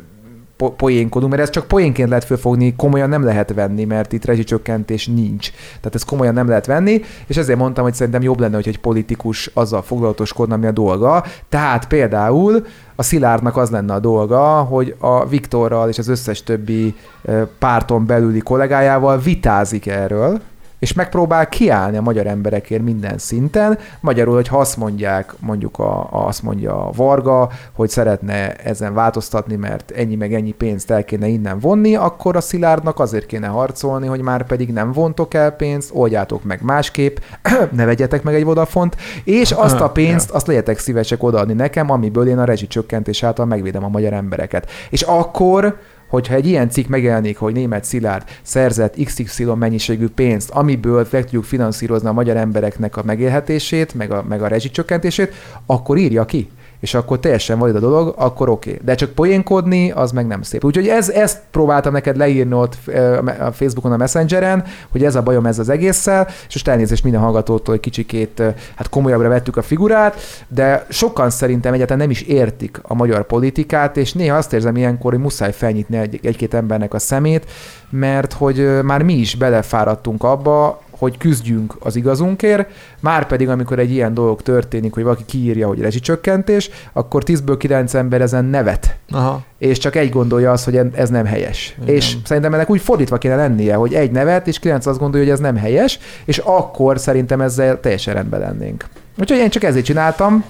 Speaker 2: po- poénkodunk, mert ez csak poénként lehet fölfogni, komolyan nem lehet venni, mert itt rezsicsökkentés nincs. Tehát ez komolyan nem lehet venni, és ezért mondtam, hogy szerintem jobb lenne, hogy egy politikus azzal foglalatoskodna, mi a dolga. Tehát például a Szilárdnak az lenne a dolga, hogy a Viktorral és az összes többi ö, párton belüli kollégájával vitázik erről, és megpróbál kiállni a magyar emberekért minden szinten. Magyarul, hogy ha azt mondják, mondjuk a, a- azt mondja a Varga, hogy szeretne ezen változtatni, mert ennyi meg ennyi pénzt el kéne innen vonni, akkor a Szilárdnak azért kéne harcolni, hogy már pedig nem vontok el pénzt, oldjátok meg másképp, ne vegyetek meg egy Vodafont, és azt a pénzt, azt legyetek szívesek odaadni nekem, amiből én a rezsicsökkentés által megvédem a magyar embereket. És akkor hogyha egy ilyen cikk megjelenik, hogy német Szilárd szerzett XY mennyiségű pénzt, amiből meg tudjuk finanszírozni a magyar embereknek a megélhetését, meg a, meg a rezsicsökkentését, akkor írja ki. És akkor teljesen valid a dolog, akkor oké. Okay. De csak poénkodni, az meg nem szép. Úgyhogy ez, ezt próbáltam neked leírni ott ö, a Facebookon, a Messengeren, hogy ez a bajom ez az egésszel, és most elnézést minden hallgatótól, hogy kicsikét ö, hát komolyabbra vettük a figurát, de sokan szerintem egyáltalán nem is értik a magyar politikát, és néha azt érzem ilyenkor, hogy muszáj felnyitni egy- egy-két embernek a szemét, mert hogy ö, már mi is belefáradtunk abba, hogy küzdjünk az igazunkért, már pedig amikor egy ilyen dolog történik, hogy valaki kiírja, hogy rezsicsökkentés, akkor 10-ből 9 ember ezen nevet
Speaker 3: Aha.
Speaker 2: és csak egy gondolja az, hogy en- ez nem helyes.
Speaker 3: Igen.
Speaker 2: Igen. És szerintem ennek úgy fordítva kéne lennie, hogy egy nevet, és kilenc azt gondolja, hogy ez nem helyes, és akkor szerintem ezzel teljesen rendben lennénk. Úgyhogy én csak ezért csináltam.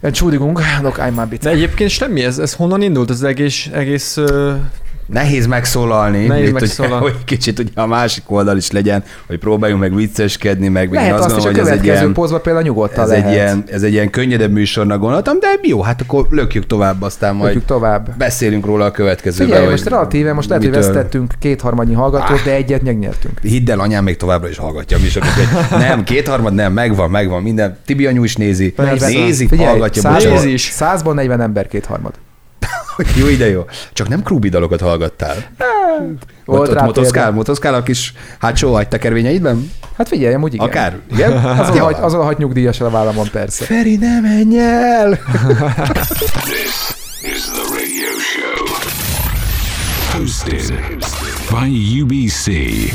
Speaker 2: Entschuldigung, nok einmal bitte.
Speaker 3: De egyébként semmi, ez, ez honnan indult az egész, egész ö,
Speaker 1: Nehéz megszólalni,
Speaker 3: Nehéz
Speaker 1: itt,
Speaker 3: megszólalni.
Speaker 1: Ugye, hogy kicsit ugye a másik oldal is legyen, hogy próbáljunk meg vicceskedni, meg még
Speaker 2: Lehet
Speaker 1: én
Speaker 2: azt,
Speaker 1: azt
Speaker 2: is a
Speaker 1: gondolom, hogy ez egy
Speaker 2: következő
Speaker 1: ilyen,
Speaker 2: pozba például nyugodtan
Speaker 1: ez
Speaker 2: lehet.
Speaker 1: egy, ilyen, ez egy ilyen könnyedebb műsornak gondoltam, de jó, hát akkor lökjük tovább, aztán majd
Speaker 2: Mondjuk tovább.
Speaker 1: beszélünk róla a következőben.
Speaker 2: Figyelj,
Speaker 1: hogy
Speaker 2: most relatíve, most lehet, hogy
Speaker 1: mitől-
Speaker 2: vesztettünk kétharmadnyi hallgatót, de egyet megnyertünk.
Speaker 1: Hidd el, anyám még továbbra is hallgatja a műsorokat. Úgyhogy Nem, kétharmad nem, megvan, megvan minden. Tibi anyu is nézi,
Speaker 3: Persze.
Speaker 1: nézi, hallgatja,
Speaker 2: százból-
Speaker 1: bocsánat.
Speaker 3: Nézi is.
Speaker 2: százból 40 ember kétharmad.
Speaker 1: Jó, ide jó. Csak nem Krúbi dalokat hallgattál.
Speaker 2: Hát, Volt
Speaker 1: Volt ott,
Speaker 2: rá
Speaker 1: ott motoszkál,
Speaker 2: példa.
Speaker 1: motoszkál a kis hátsó agytekervényeidben?
Speaker 2: Hát figyelj, amúgy igen.
Speaker 1: Akár. Igen?
Speaker 2: Azon,
Speaker 1: Jó.
Speaker 2: hagy, azon hagy nyugdíjas el a vállamon, persze.
Speaker 1: Feri, ne menj el!
Speaker 4: is the radio show. Hosted by UBC.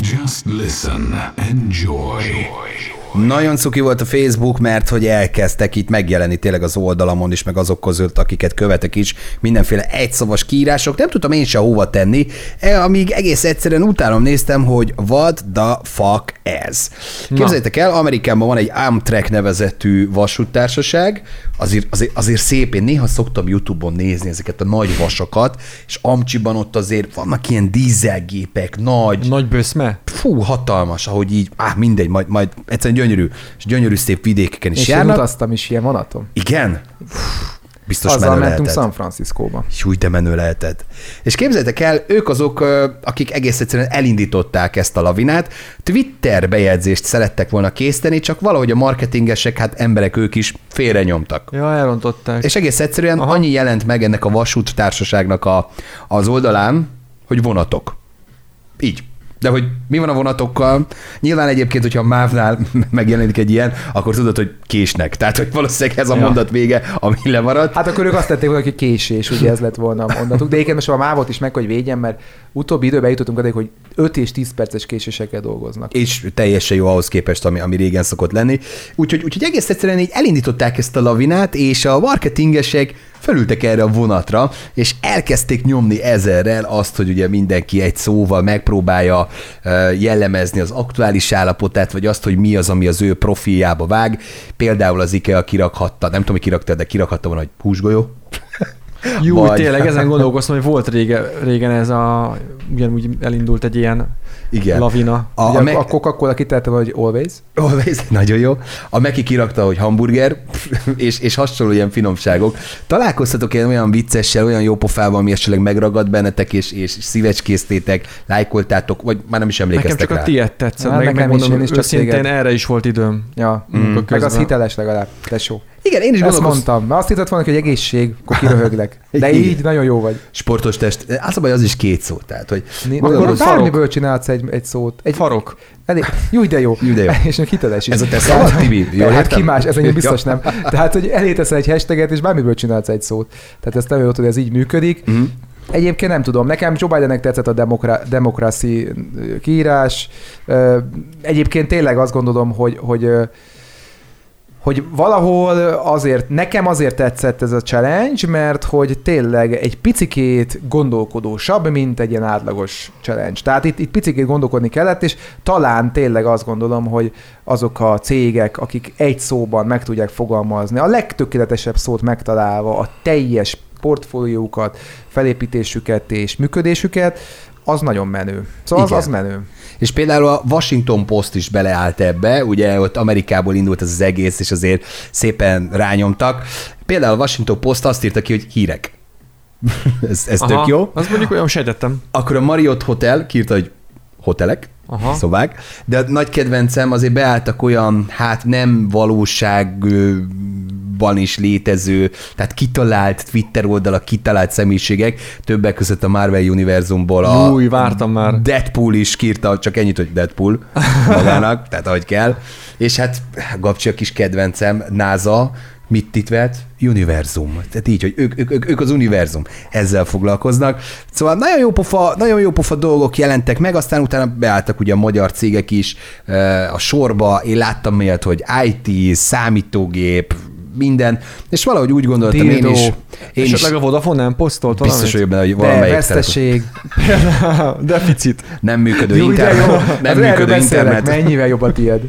Speaker 4: Just listen. Enjoy.
Speaker 1: Nagyon cuki volt a Facebook, mert hogy elkezdtek itt megjelenni tényleg az oldalamon is, meg azok között, akiket követek is, mindenféle egyszavas kiírások, nem tudtam én se hova tenni, eh, amíg egész egyszerűen utánom néztem, hogy what the fuck ez. Képzeljétek el, Amerikában van egy Amtrak nevezetű vasúttársaság, azért, azért, azért szép, én néha szoktam Youtube-on nézni ezeket a nagy vasakat, és Amcsiban ott azért vannak ilyen dízelgépek, nagy,
Speaker 3: nagy bőszme?
Speaker 1: fú, hatalmas, ahogy így, áh, mindegy, majd, majd egyszerűen gyönyörű, és gyönyörű szép vidékeken is
Speaker 2: És én
Speaker 1: járnak.
Speaker 2: utaztam is ilyen vonaton.
Speaker 1: Igen? biztos
Speaker 2: Azzal
Speaker 1: menő
Speaker 2: mentünk
Speaker 1: lehetett.
Speaker 2: San Franciscóba.
Speaker 1: Hú, de menő lehetett. És képzeljétek el, ők azok, ö, akik egész egyszerűen elindították ezt a lavinát. Twitter bejegyzést szerettek volna készíteni, csak valahogy a marketingesek, hát emberek ők is félre nyomtak.
Speaker 3: Ja, elrontották.
Speaker 1: És egész egyszerűen Aha.
Speaker 3: Aha.
Speaker 1: annyi jelent meg ennek a vasút társaságnak a, az oldalán, hogy vonatok. Így. De hogy mi van a vonatokkal? Nyilván egyébként, hogyha a mávnál megjelenik egy ilyen, akkor tudod, hogy késnek. Tehát, hogy valószínűleg ez a
Speaker 3: Ja.
Speaker 1: mondat vége, ami lemaradt.
Speaker 2: Hát akkor ők azt tették volna, hogy késés, ugye ez lett volna a mondatuk. De egyébként most már a mávot is meg, hogy védjen, mert utóbbi időben jutottunk addig, hogy 5 és 10 perces késésekkel dolgoznak.
Speaker 1: és teljesen jó ahhoz képest, ami, ami régen szokott lenni. Úgyhogy, úgyhogy egész egyszerűen így elindították ezt a lavinát, és a marketingesek felültek erre a vonatra, és elkezdték nyomni ezerrel azt, hogy ugye mindenki egy szóval megpróbálja ö, jellemezni az aktuális állapotát, vagy azt, hogy mi az, ami az ő profiljába vág. Például az IKEA kirakhatta, nem tudom, hogy kirakta, de kirakhatta volna, hogy húsgolyó.
Speaker 3: Jó,
Speaker 1: Vagy-
Speaker 3: Vagy. tényleg, ezen gondolkoztam, hogy volt rége, régen ez a, ugyanúgy elindult egy ilyen
Speaker 1: Igen.
Speaker 3: lavina.
Speaker 1: A,
Speaker 2: ugye
Speaker 1: a,
Speaker 2: a,
Speaker 1: meg,
Speaker 2: a Coca-Cola kitette volna, hogy always.
Speaker 1: Ó, ez nagyon jó. A Meki kirakta, hogy hamburger, és, és hasonló ilyen finomságok. Találkoztatok ilyen olyan viccessel, olyan jó pofával, ami esetleg megragad bennetek, és, és szívecskésztétek, lájkoltátok, vagy már nem is
Speaker 3: Nekem
Speaker 1: emlékeztek
Speaker 3: csak
Speaker 1: rá.
Speaker 3: a tiéd tetszett,
Speaker 2: Hát
Speaker 3: meg,
Speaker 2: nekem is,
Speaker 3: megmondom,
Speaker 2: én is
Speaker 3: is
Speaker 2: csak
Speaker 3: őszintén
Speaker 2: téged.
Speaker 3: erre is volt időm.
Speaker 2: Ja,
Speaker 3: Mm.
Speaker 2: meg az
Speaker 3: Közben.
Speaker 2: hiteles legalább, tesó.
Speaker 1: Igen, én is
Speaker 2: Ezt
Speaker 1: gondolkoztam.
Speaker 2: mondtam, mert azt hittet volna, hogy egészség, akkor kiröhöglek. De
Speaker 1: Igen.
Speaker 2: így nagyon jó vagy.
Speaker 1: Sportos test. Az a baj, az is két szó. Tehát, hogy
Speaker 2: Né-
Speaker 1: Akkor
Speaker 2: Akkor
Speaker 3: farok.
Speaker 2: bármiből csinálhatsz egy, egy szót. Egy,
Speaker 3: Farok.
Speaker 2: Elég, jó, de jó.
Speaker 1: Jó, de jó.
Speaker 2: És még hiteles is.
Speaker 1: Ez a te szavad, Tibi? Jól
Speaker 2: hát
Speaker 1: értem?
Speaker 2: ki más, ez engem biztos
Speaker 1: Ja.
Speaker 2: nem. Tehát, hogy elé teszel egy hashtaget, és bármiből csinálsz egy szót. Tehát ezt nem jól hogy ez így működik.
Speaker 1: Mhm.
Speaker 2: Egyébként nem tudom, nekem Joe Bidennek tetszett a demokra- demokráci ö, kiírás. Ö, Egyébként tényleg azt gondolom, hogy, hogy ö, hogy valahol azért, nekem azért tetszett ez a challenge, mert hogy tényleg egy picikét gondolkodósabb, mint egy ilyen átlagos challenge. Tehát itt, itt picikét gondolkodni kellett, és talán tényleg azt gondolom, hogy azok a cégek, akik egy szóban meg tudják fogalmazni, a legtökéletesebb szót megtalálva, a teljes portfóliókat, felépítésüket és működésüket, az nagyon menő. Szóval az,
Speaker 1: Igen.
Speaker 2: az menő.
Speaker 1: És például a Washington Post is beleállt ebbe, ugye ott Amerikából indult ez az egész, és azért szépen rányomtak. Például a Washington Post azt írta ki, hogy hírek. ez ez tök jó.
Speaker 3: Azt mondjuk olyan sejtettem.
Speaker 1: Akkor a Marriott Hotel kiírta, hogy hotelek, Aha.
Speaker 3: Aha.
Speaker 1: szobák, de a nagy kedvencem azért beálltak olyan, hát nem valóságban is létező, tehát kitalált Twitter oldalak, kitalált személyiségek, többek között a Marvel univerzumból a
Speaker 3: Új, vártam már.
Speaker 1: Deadpool is kírta, csak ennyit, hogy Deadpool magának, tehát ahogy kell. És hát Gabcsi a kis kedvencem, NASA, mit titvelt? Univerzum. Tehát így, hogy ők, ők, ők, ők az univerzum. Ezzel foglalkoznak. Szóval nagyon jó, pofa, nagyon jó pofa dolgok jelentek meg, aztán utána beálltak ugye a magyar cégek is ö, a sorba. Én láttam ilyet, hogy IT, számítógép, minden, és valahogy úgy gondoltam
Speaker 2: Dildo.
Speaker 1: én is, én is
Speaker 3: Esetleg a Vodafone nem posztolt
Speaker 1: biztos vagyok benne, hogy
Speaker 2: De
Speaker 1: valamelyik telefon-
Speaker 2: veszteség,
Speaker 3: valamit? Deficit.
Speaker 1: nem működő
Speaker 2: Jó, de jó.
Speaker 1: internet, nem
Speaker 2: Erről
Speaker 1: működő
Speaker 2: beszélek,
Speaker 1: internet.
Speaker 2: Mennyivel jobb a tied.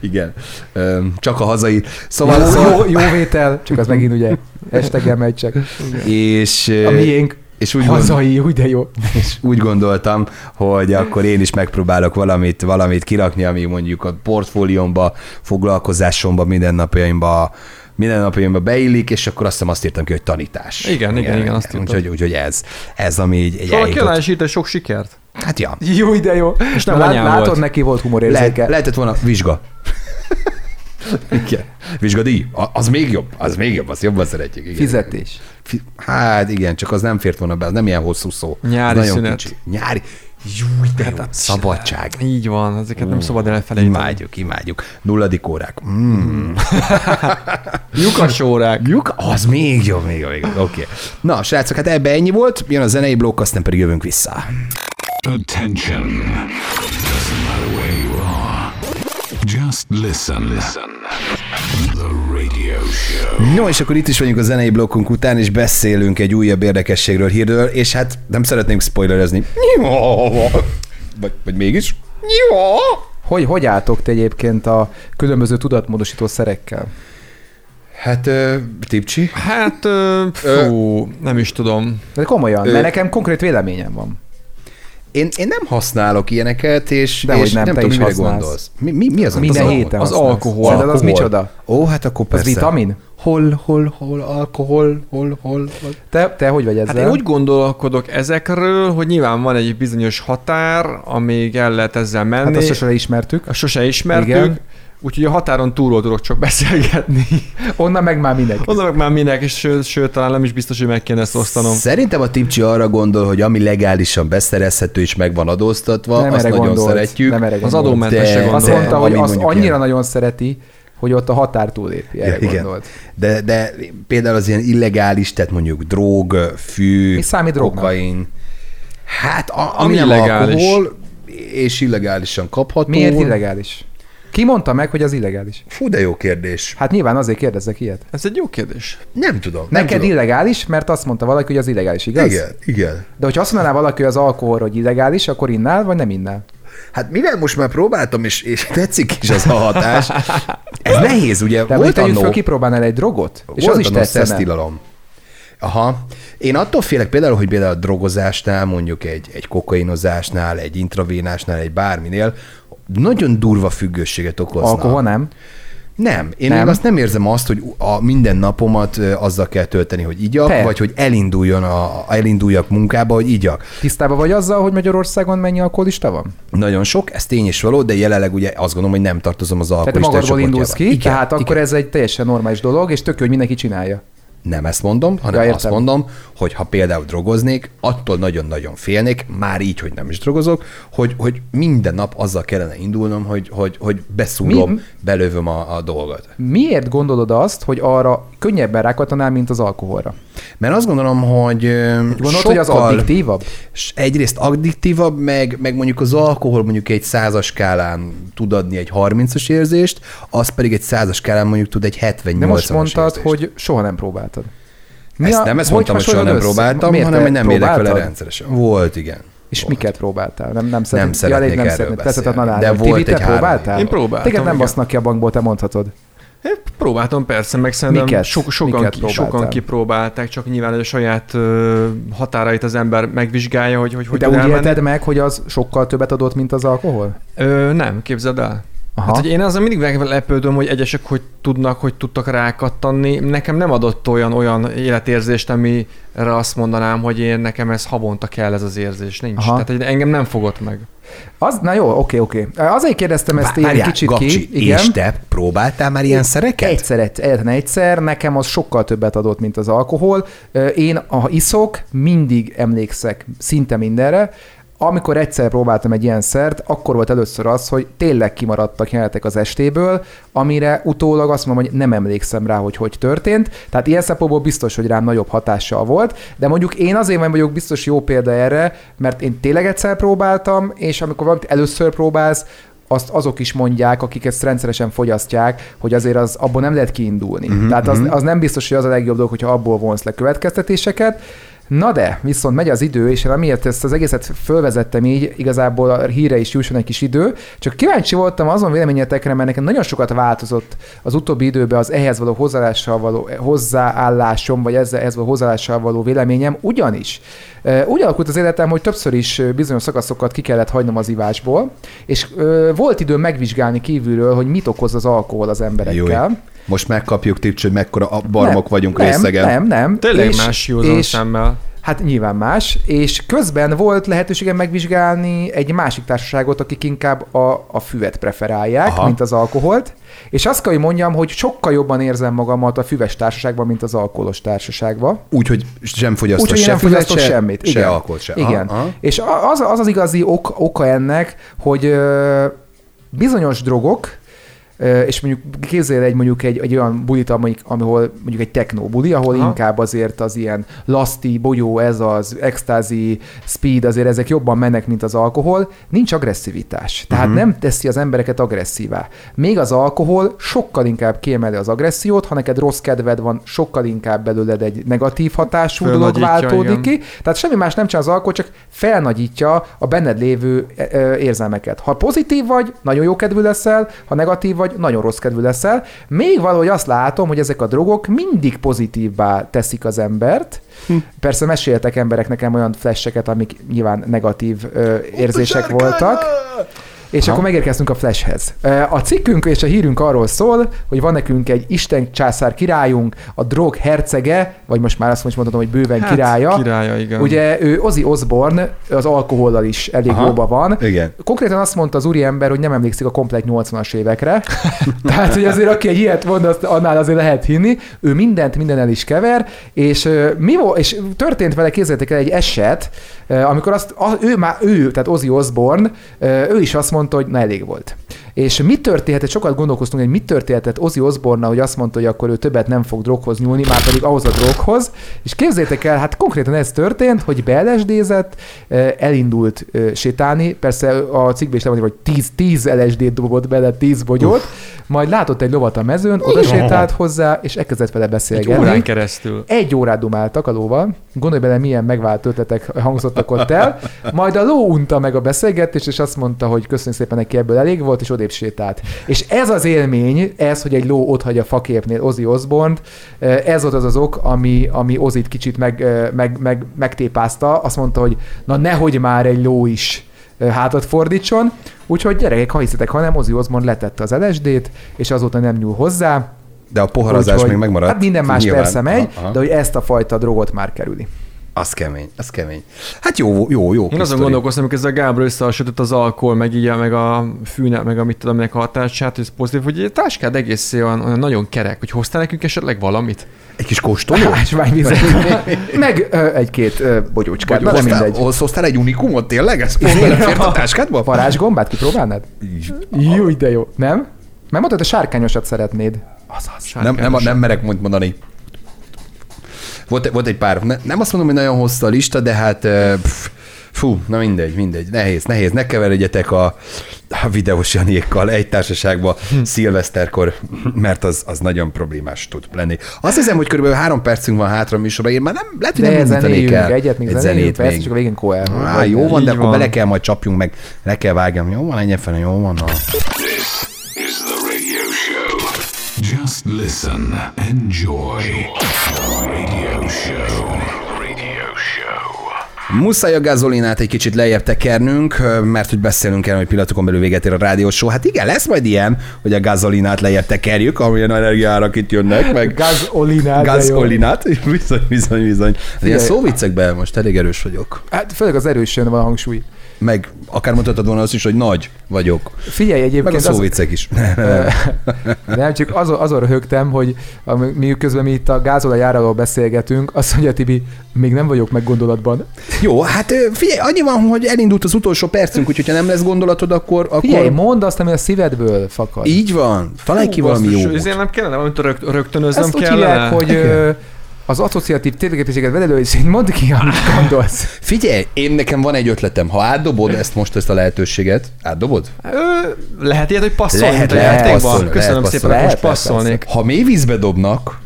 Speaker 1: Igen. Öm, Csak a hazai. Szóval,
Speaker 2: Jó,
Speaker 1: szóval
Speaker 2: jó, jó vétel, csak az megint ugye hashtaggel megy csak.
Speaker 1: és,
Speaker 2: A miénk
Speaker 1: és úgy, gond,
Speaker 2: hazai, úgy de jó.
Speaker 1: és úgy gondoltam, hogy akkor én is megpróbálok valamit, valamit kirakni, ami mondjuk a portfóliómba, foglalkozásomba, mindennapjaimba mindennapjaimba beillik, és akkor azt hiszem azt írtam ki, hogy tanítás.
Speaker 3: Igen, igen, igen, azt írtad.
Speaker 1: Úgyhogy, úgyhogy ez, ez, ami így,
Speaker 2: Szóval
Speaker 1: így
Speaker 3: Valaki alá
Speaker 1: eljutott.
Speaker 3: is írt egy sok sikert.
Speaker 1: Hát ja,
Speaker 2: Jó, de jó. És
Speaker 3: nem anyám
Speaker 2: látod,
Speaker 3: volt.
Speaker 2: neki volt
Speaker 1: Lehet,
Speaker 2: humorérzéke.
Speaker 1: lehetett volna vizsga. igen. Vizsgadíj, A- az még jobb, az még jobb, azt jobban szeretjük. Igen.
Speaker 2: Fizetés.
Speaker 1: Fi- Hát igen, csak az nem fért volna be, az nem ilyen hosszú szó.
Speaker 3: Nyári
Speaker 1: az nagyon
Speaker 3: szünet. Hát
Speaker 1: Kicsi. Nyári. Júj, de jó. Szabadság.
Speaker 3: Így van, ezeket nem szabad elfelejteni.
Speaker 1: Imádjuk, imádjuk. Nulladik órák. Mm.
Speaker 3: Lyukas órák.
Speaker 1: Lyuk? Az még jobb, még jobb, még jobb. Oké. Okay. Na, srácok, hát ebbe ennyi volt. Jön a zenei blokk, aztán pedig jövünk vissza.
Speaker 4: Attention. Doesn't matter where you are. Just listen. Listen. The radio show.
Speaker 1: No, és akkor itt is vagyunk a zenei blokkunk után, és beszélünk egy újabb érdekességről, hírről, és hát nem szeretnénk spoilerezni. Vagy, vagy mégis?
Speaker 2: Hogy, hogy álltok te egyébként a különböző tudatmódosító szerekkel?
Speaker 1: Hát, ö, Tipcsi?
Speaker 3: Hát, ö, fú, nem is tudom.
Speaker 2: De komolyan,
Speaker 1: Ö.
Speaker 2: mert nekem konkrét véleményem van.
Speaker 1: Én, én nem használok ilyeneket, és,
Speaker 2: Dehogy
Speaker 1: és
Speaker 2: nem,
Speaker 1: nem
Speaker 2: te
Speaker 1: tudom,
Speaker 2: is
Speaker 1: mire
Speaker 2: használsz.
Speaker 1: gondolsz. Mi, mi, mi az amit
Speaker 2: Minden
Speaker 1: az
Speaker 2: héten
Speaker 1: alkohol?
Speaker 3: az
Speaker 2: használsz.
Speaker 3: alkohol.
Speaker 2: Szerinted az micsoda?
Speaker 1: Ó, hát akkor
Speaker 2: Az
Speaker 1: persze.
Speaker 2: vitamin?
Speaker 1: hol, hol, hol, alkohol, hol, hol. hol.
Speaker 2: Te, te hogy vagy ezzel?
Speaker 3: Hát én úgy gondolkodok ezekről, hogy nyilván van egy bizonyos határ, amíg el lehet ezzel menni.
Speaker 2: hát azt sosem ismertük.
Speaker 3: Azt sose ismertük,
Speaker 2: Igen.
Speaker 3: Igen. úgyhogy a határon túlról tudok csak beszélgetni.
Speaker 2: Onnan meg már mindegy.
Speaker 3: Hozzanak már minek, és sőt, sőt, talán nem is biztos, hogy meg kéne ezt osztanom.
Speaker 1: Szerintem a Tipcsi arra gondol, hogy ami legálisan beszerezhető és meg van adóztatva,
Speaker 2: Nem
Speaker 1: azt
Speaker 2: erre
Speaker 1: nagyon
Speaker 2: gondolt,
Speaker 1: szeretjük.
Speaker 2: nem erre
Speaker 3: Az
Speaker 2: gondolt.
Speaker 3: adómentesre
Speaker 1: De-
Speaker 3: gondolom.
Speaker 2: Azt
Speaker 1: de-
Speaker 2: mondta, hogy
Speaker 1: amíg
Speaker 2: azt
Speaker 1: mondjuk
Speaker 2: annyira
Speaker 1: ilyen.
Speaker 2: nagyon szereti, hogy ott a határ túlépi. Erre
Speaker 1: Igen.
Speaker 2: gondolt.
Speaker 1: De, de például az ilyen illegális, tehát mondjuk drog, fű,
Speaker 2: Mi számít drognak?
Speaker 1: kokain. Hát, a, ami
Speaker 3: Ami
Speaker 1: nem
Speaker 3: illegális.
Speaker 1: alkohol, és illegálisan kapható.
Speaker 2: Miért illegális? Ki mondta meg, hogy az illegális?
Speaker 1: Fú, de jó kérdés.
Speaker 2: Hát nyilván azért kérdezzek ilyet.
Speaker 3: Ez egy jó kérdés.
Speaker 1: Nem tudom. Nem
Speaker 2: Neked
Speaker 1: tudom.
Speaker 2: illegális, mert azt mondta valaki, hogy az illegális, igaz?
Speaker 1: Igen, igen.
Speaker 2: De hogyha azt mondaná valaki, hogy az alkohol, hogy illegális, akkor innál, vagy nem innál?
Speaker 1: Hát mivel most már próbáltam, és, és tetszik is az a hatás, ez nehéz, ugye?
Speaker 2: De
Speaker 1: volt
Speaker 2: mondjuk tegyük
Speaker 1: annó,
Speaker 2: föl, kipróbálnál egy drogot, és
Speaker 1: volt
Speaker 2: az is
Speaker 1: annó
Speaker 2: tetszene.
Speaker 1: szesztilalom. Aha. Én attól félek például, hogy például a drogozásnál, mondjuk egy, egy kokainozásnál, egy intravénásnál, egy bárminél, nagyon durva függőséget okozna.
Speaker 2: Alkohol nem.
Speaker 1: Nem, én nem.
Speaker 2: Nem?
Speaker 1: még azt nem érzem azt, hogy a minden napomat ö, azzal kell tölteni, hogy igyak,
Speaker 2: Te.
Speaker 1: Te. vagy hogy elinduljon a, elinduljak munkába, hogy igyak.
Speaker 2: Tisztában vagy azzal, hogy Magyarországon mennyi alkoholista van?
Speaker 1: Nagyon sok, ez tény és való, de jelenleg ugye azt gondolom, hogy nem tartozom az
Speaker 2: Tehát te
Speaker 1: alkoholista
Speaker 2: magadból
Speaker 1: csoportjába.
Speaker 2: indulsz ki,
Speaker 1: Igen,
Speaker 2: igen, tehát igen. akkor
Speaker 1: igen.
Speaker 2: ez egy teljesen normális dolog, és tök jó, hogy mindenki csinálja.
Speaker 1: Nem ezt mondom, hanem
Speaker 2: Ja,
Speaker 1: ja,
Speaker 2: értem.
Speaker 1: azt mondom, hogy ha például drogoznék, attól nagyon-nagyon félnék, már így, hogy nem is drogozok, hogy, hogy minden nap azzal kellene indulnom, hogy, hogy, hogy beszúrom,
Speaker 2: Mi-
Speaker 1: Mi? belövöm a, a dolgot.
Speaker 2: Miért gondolod azt, hogy arra könnyebben rákatanál, mint az alkoholra?
Speaker 1: Mert azt gondolom, hogy ö,
Speaker 2: Gondolod,
Speaker 1: sokkal...
Speaker 2: hogy az addiktívabb?
Speaker 1: s- egyrészt addiktívabb, meg, meg mondjuk az alkohol mondjuk egy százas skálán tud adni egy 30-as érzést, az pedig egy százas skálán mondjuk tud egy 78-as
Speaker 2: De most mondtad,
Speaker 1: érzést.
Speaker 2: hogy soha nem próbáltad. Mi
Speaker 1: ezt
Speaker 2: a-
Speaker 1: nem ezt
Speaker 2: hogy
Speaker 1: mondtam, hogy soha nem
Speaker 2: hasonlod össze?
Speaker 1: próbáltam,
Speaker 2: Miért
Speaker 1: hanem
Speaker 2: te
Speaker 1: hogy nem érek vele
Speaker 2: próbáltad?
Speaker 1: rendszeresen. Volt, igen.
Speaker 2: És
Speaker 1: Volt.
Speaker 2: miket próbáltál? Nem, nem, szeret,
Speaker 1: Nem szeretnék
Speaker 2: ja, nem
Speaker 1: erről
Speaker 2: szeretnék. Te
Speaker 1: beszélni.
Speaker 2: szeretnéd
Speaker 1: De
Speaker 2: nadálni.
Speaker 1: volt
Speaker 2: Tibi, te
Speaker 1: egy három
Speaker 2: próbáltál?
Speaker 1: ilyen.
Speaker 3: Én próbáltam,
Speaker 2: Téged nem
Speaker 3: igen.
Speaker 2: basznak ki a bankból, te mondhatod.
Speaker 3: Én próbáltam persze, meg szerintem
Speaker 2: Miket?
Speaker 3: So, sokan,
Speaker 2: Miket
Speaker 3: ki,
Speaker 2: próbáltál?
Speaker 3: sokan kipróbálták, csak nyilván hogy a saját ö, határait az ember megvizsgálja, hogy hogy, hogy
Speaker 2: De
Speaker 3: tud
Speaker 2: úgy
Speaker 3: elmenni.
Speaker 2: élted meg, hogy az sokkal többet adott, mint az alkohol?
Speaker 3: Ö, nem, képzeld el.
Speaker 2: Aha.
Speaker 3: Hát, hogy én azon mindig meglepődöm, hogy egyesek hogy tudnak, hogy tudtak rákattanni. Nekem nem adott olyan olyan életérzést, amire azt mondanám, hogy én nekem ez havonta kell ez az érzés. Nincs.
Speaker 2: Aha.
Speaker 3: Aha. Tehát hogy engem nem fogott meg.
Speaker 2: Az, na jó, oké, oké. Azért kérdeztem ezt
Speaker 1: Várjál,
Speaker 2: ilyen kicsit
Speaker 1: Gabcsi,
Speaker 2: ki. Igen.
Speaker 1: És te próbáltál már ilyen szereket?
Speaker 2: Egyszer, egyszer, egyetlen egyszer, nekem az sokkal többet adott, mint az alkohol. Ö, Én, ha iszok, mindig emlékszek szinte mindenre. Amikor egyszer próbáltam egy ilyen szert, akkor volt először az, hogy tényleg kimaradtak jelenetek az estéből, amire utólag azt mondom, hogy nem emlékszem rá, hogy hogy történt. Tehát ilyen szempontból biztos, hogy rám nagyobb hatással volt, de mondjuk én azért nem vagyok biztos jó példa erre, mert én tényleg egyszer próbáltam, és amikor valamit először próbálsz, azt azok is mondják, akik ezt rendszeresen fogyasztják, hogy azért az abból nem lehet kiindulni. Mm-hmm. Tehát az, az nem biztos, hogy az a legjobb dolog, hogyha abból vonsz le következtetéseket. Na de, viszont megy az idő, és én amiért ezt az egészet fölvezettem így, igazából a híre is jusson egy kis idő, csak kíváncsi voltam azon véleményetekre, mert nekem nagyon sokat változott az utóbbi időben az ehhez való hozzáállással való, hozzáállásom, vagy ezzel, ehhez való hozzáállással való véleményem, ugyanis ö, úgy alakult az életem, hogy többször is ö, bizonyos szakaszokat ki kellett hagynom az ivásból, és ö, volt időm megvizsgálni kívülről, hogy mit okoz az alkohol az
Speaker 1: Jó,
Speaker 2: emberekkel.
Speaker 1: most megkapjuk tipcs, hogy mekkora a barmok vagyunk
Speaker 2: nem,
Speaker 1: részegen.
Speaker 2: Nem, nem.
Speaker 3: Tényleg és, más józan és... szemmel.
Speaker 2: Hát nyilván más, és közben volt lehetőségem megvizsgálni egy másik társaságot, akik inkább a, a füvet preferálják, Aha.
Speaker 1: Aha.
Speaker 2: mint az alkoholt, és azt kell, hogy mondjam, hogy sokkal jobban érzem magamat a füves társaságban, mint az alkoholos társaságban.
Speaker 1: Úgyhogy sem fogyasztott
Speaker 2: Úgyhogy én
Speaker 1: se
Speaker 2: nem
Speaker 1: füvet,
Speaker 2: fogyasztok
Speaker 1: se,
Speaker 2: semmit.
Speaker 1: se
Speaker 2: Igen.
Speaker 1: alkoholt se. Aha,
Speaker 2: Igen.
Speaker 1: aha.
Speaker 2: És a- az, az az igazi ok, oka ennek, hogy ö, bizonyos drogok, ö, és mondjuk képzelj el egy, mondjuk egy, egy olyan bulit, amelyik, ahol mondjuk egy techno buli, ahol Aha.
Speaker 3: Aha.
Speaker 2: inkább azért az ilyen laszti, bogyó, ez az, extázi, speed, azért ezek jobban mennek, mint az alkohol, nincs agresszivitás. Tehát uh-huh. nem teszi az embereket agresszívá. Még az alkohol sokkal inkább kiemeli az agressziót, ha neked rossz kedved van, sokkal inkább belőled egy negatív hatású dolog
Speaker 3: Fölnagyítja,
Speaker 2: váltódik
Speaker 3: igen.
Speaker 2: ki, ki, tehát semmi más nem csinál az alkohol, csak felnagyítja a benned lévő ö, ö, érzelmeket. Ha pozitív vagy, nagyon jó kedvű leszel, ha negatív vagy, nagyon rossz kedvű leszel. Még valahogy azt látom, hogy ezek a drogok mindig pozitívvá teszik az embert. Hm. Persze meséltek emberek nekem olyan flasheket, amik nyilván negatív ö, érzések voltak. És
Speaker 1: Aha.
Speaker 2: akkor megérkeztünk a Flashhez. Ö, A cikkünk és a hírünk arról szól, hogy van nekünk egy Isten császár királyunk, a drog hercege, vagy most már azt most mondhatom, hogy bőven hát, királya.
Speaker 3: Királya, igen.
Speaker 2: Ugye ő Ozzy Osbourne az alkohollal is elég
Speaker 1: Aha.
Speaker 2: jóba van.
Speaker 1: Igen.
Speaker 2: Konkrétan azt mondta az úriember, hogy nem emlékszik a komplet 80-as évekre. Tehát, hogy azért aki egy ilyet mond, azt annál azért lehet hinni. Ő mindent minden el is kever, és, ö, mi vo- és történt vele, képzeljétek el, egy eset, ö, amikor azt, a, ő már, ő, tehát Ozzy Osbourne, ö, ő is azt mondta, hogy na elég volt. És mi történhetett, sokat gondolkoztunk, hogy mi történhetett Ozzy Osbourne, hogy azt mondta, hogy akkor ő többet nem fog droghoz nyúlni, már pedig ahhoz a droghoz. És képzétek el, hát konkrétan ez történt, hogy belesdézett, ö, elindult ö, sétálni, persze a cikkben is le van írva, hogy 10, 10 LSD-t dobott bele, 10 bogyót, majd látott egy lovat a mezőn, oda sétált hozzá, és elkezdett vele
Speaker 3: Egy
Speaker 2: beszélgetni.
Speaker 3: órán keresztül.
Speaker 2: Egy órát dumáltak a lóval, gondolj bele, milyen megvált ötletek hangzottak ott el, majd a ló unta meg a beszélgetést, és azt mondta, hogy köszönjük szépen neki, ebből elég volt, és odébb sétált. És ez az élmény, ez, hogy egy ló otthagy a faképnél Ozzy osbourne eh, ez volt az az ok, ami, ami Ozit kicsit meg, eh, meg, meg, megtépázta, azt mondta, hogy na nehogy már egy ló is eh, hátat fordítson, úgyhogy gyerekek, ha hiszitek, ha nem, Ozzy Osbourne letette az LSD-t, és azóta nem nyúl hozzá,
Speaker 1: De a poharazás
Speaker 2: Úgyhogy-
Speaker 1: még megmaradt.
Speaker 2: Hát minden más
Speaker 1: Nyilván.
Speaker 2: persze megy,
Speaker 1: Aha, aha.
Speaker 2: de hogy ezt a fajta drogot már kerüli.
Speaker 1: Az kemény, az kemény. Hát jó, jó, jó.
Speaker 3: Én azon gondolkoztam, hogy ez a Gábor összehasonlított az alkohol, meg így, a- meg a fűnek, meg a mit tudom, ennek a hatását, hogy ez pozitív, hogy a táskád egész olyan, olyan nagyon kerek, hogy hoztál nekünk esetleg valamit?
Speaker 1: Egy kis kóstoló?
Speaker 2: Hát, Ásványvizet. Meg ö, egy-két ö, bogyócskát,
Speaker 1: Vagy
Speaker 2: de nem
Speaker 1: hoztál,
Speaker 2: mindegy.
Speaker 1: hoztál egy unikumot, tényleg? Ez pont belefért a táskádba?
Speaker 2: Varázsgombát kipróbálnád? Jó, de jó. Nem? Mert mondtad, a sárkányosat szeretnéd. Azaz.
Speaker 1: Nem, nem, nem merek mond mondani. Volt, volt egy pár, ne, nem azt mondom, hogy nagyon hosszú a lista, de hát ö, pff, fú, na mindegy, mindegy, nehéz, nehéz, ne keveredjetek a, a videós Janiékkal egy társaságba hm. szilveszterkor, mert az, az nagyon problémás tud lenni. Azt hiszem, hogy körülbelül három percünk van hátra a műsorra, én már nem, lehet, hogy nem
Speaker 2: De
Speaker 1: indítanék
Speaker 2: zenéljünk
Speaker 1: el
Speaker 2: egyet, még
Speaker 1: egy
Speaker 2: zenéljünk,
Speaker 1: zenét
Speaker 2: persze,
Speaker 1: még.
Speaker 2: csak a végén koel.
Speaker 1: Á, jó van,
Speaker 3: Így
Speaker 1: de akkor
Speaker 3: van.
Speaker 1: bele kell majd csapjunk meg, le kell vágjam. Jó van, ennyi fene, jó van. Na.
Speaker 4: This is the radio show. Just listen. Enjoy. Radio show. Radio show.
Speaker 1: Muszáj a gazolinát egy kicsit lejjebb tekernünk, ö, mert hogy beszélünk el, hogy pillanatokon belül véget ér a rádiósó. Hát igen, lesz majd ilyen, hogy a gazolinát lejjebb tekerjük, amilyen energiárak itt jönnek, meg
Speaker 2: Gazolinát.
Speaker 1: gazolinát. Bizony, bizony, bizony. De ilyen
Speaker 2: Figyelj.
Speaker 1: szóviccekben most elég erős vagyok.
Speaker 2: Hát főleg az erősön van a hangsúly.
Speaker 1: Meg akár mondhatod volna azt is, hogy nagy vagyok.
Speaker 2: Figyelj
Speaker 1: Meg
Speaker 2: egyébként,
Speaker 1: a
Speaker 2: az,
Speaker 1: szóviccek is.
Speaker 2: Nem, csak azon, azon röhögtem, hogy a- mi közben mi itt a gázolajáról beszélgetünk, azt mondja Tibi, még nem vagyok meg gondolatban.
Speaker 1: Jó, hát ö, figyelj, annyi van, hogy elindult az utolsó percünk, úgyhogy ha nem lesz gondolatod, akkor... akkor...
Speaker 2: Figyelj, mondd azt, ami a szívedből fakad.
Speaker 1: Így van. Találj ki valami jó.
Speaker 3: Ezért nem kellene, amit rögt, rögtönöznem
Speaker 2: Ezt úgy
Speaker 3: kellene?
Speaker 2: hívják, hogy ö, az asszociatív tévképességet vedelő, és így mondd ki, amit gondolsz.
Speaker 1: Figyelj, én nekem van egy ötletem. Ha átdobod ezt most, ezt a lehetőséget, átdobod?
Speaker 2: Hát
Speaker 3: Ö, lehet ilyet, hogy passzol,
Speaker 1: Lehet,
Speaker 3: lehet, mint a
Speaker 1: lehet,
Speaker 3: játékban.
Speaker 1: passzol,
Speaker 3: Köszönöm
Speaker 1: lehet,
Speaker 3: szépen,
Speaker 1: passzol.
Speaker 3: lehet, most
Speaker 2: Lehet,
Speaker 3: passzolnék.
Speaker 1: Ha mély vízbe dobnak,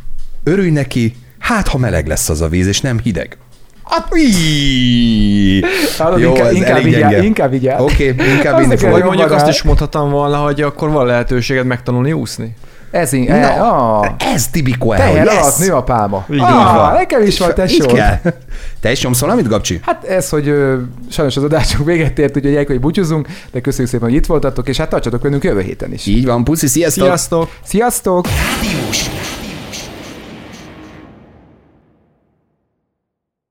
Speaker 1: örülj neki, hát ha meleg lesz az a víz, és nem hideg. Hát, íííí.
Speaker 2: Hallod, Hát, inkább-
Speaker 1: ez
Speaker 2: inkább
Speaker 1: elég
Speaker 2: így jár-
Speaker 1: gyenge.
Speaker 2: inkább így jár.
Speaker 1: Oké, inkább
Speaker 2: Az
Speaker 1: vinni
Speaker 2: nekem
Speaker 1: fogom.
Speaker 3: Vagy
Speaker 2: Jobban
Speaker 3: mondjuk
Speaker 2: áll.
Speaker 3: azt is mondhatom volna, hogy akkor van lehetőséged megtanulni úszni.
Speaker 2: Ez így. E,
Speaker 1: Na,
Speaker 2: a,
Speaker 1: ez Tibiko
Speaker 2: teher
Speaker 1: el,
Speaker 2: alatt
Speaker 1: yes.
Speaker 2: nő a pálma.
Speaker 3: Így
Speaker 2: Ah,
Speaker 1: van.
Speaker 2: nekem is van,
Speaker 1: Így
Speaker 2: tesó.
Speaker 1: kell. Te is nyomsz valamit, Gabcsi?
Speaker 2: Hát ez, hogy ö, sajnos az adásunk véget ért, úgyhogy ilyenkor, hogy búcsúzunk, de köszönjük szépen, hogy itt voltatok, és hát tartsatok velünk jövő héten is.
Speaker 1: Így van, puszi, sziasztok!
Speaker 3: Sziasztok!
Speaker 2: Sziasztok!
Speaker 1: Rádiós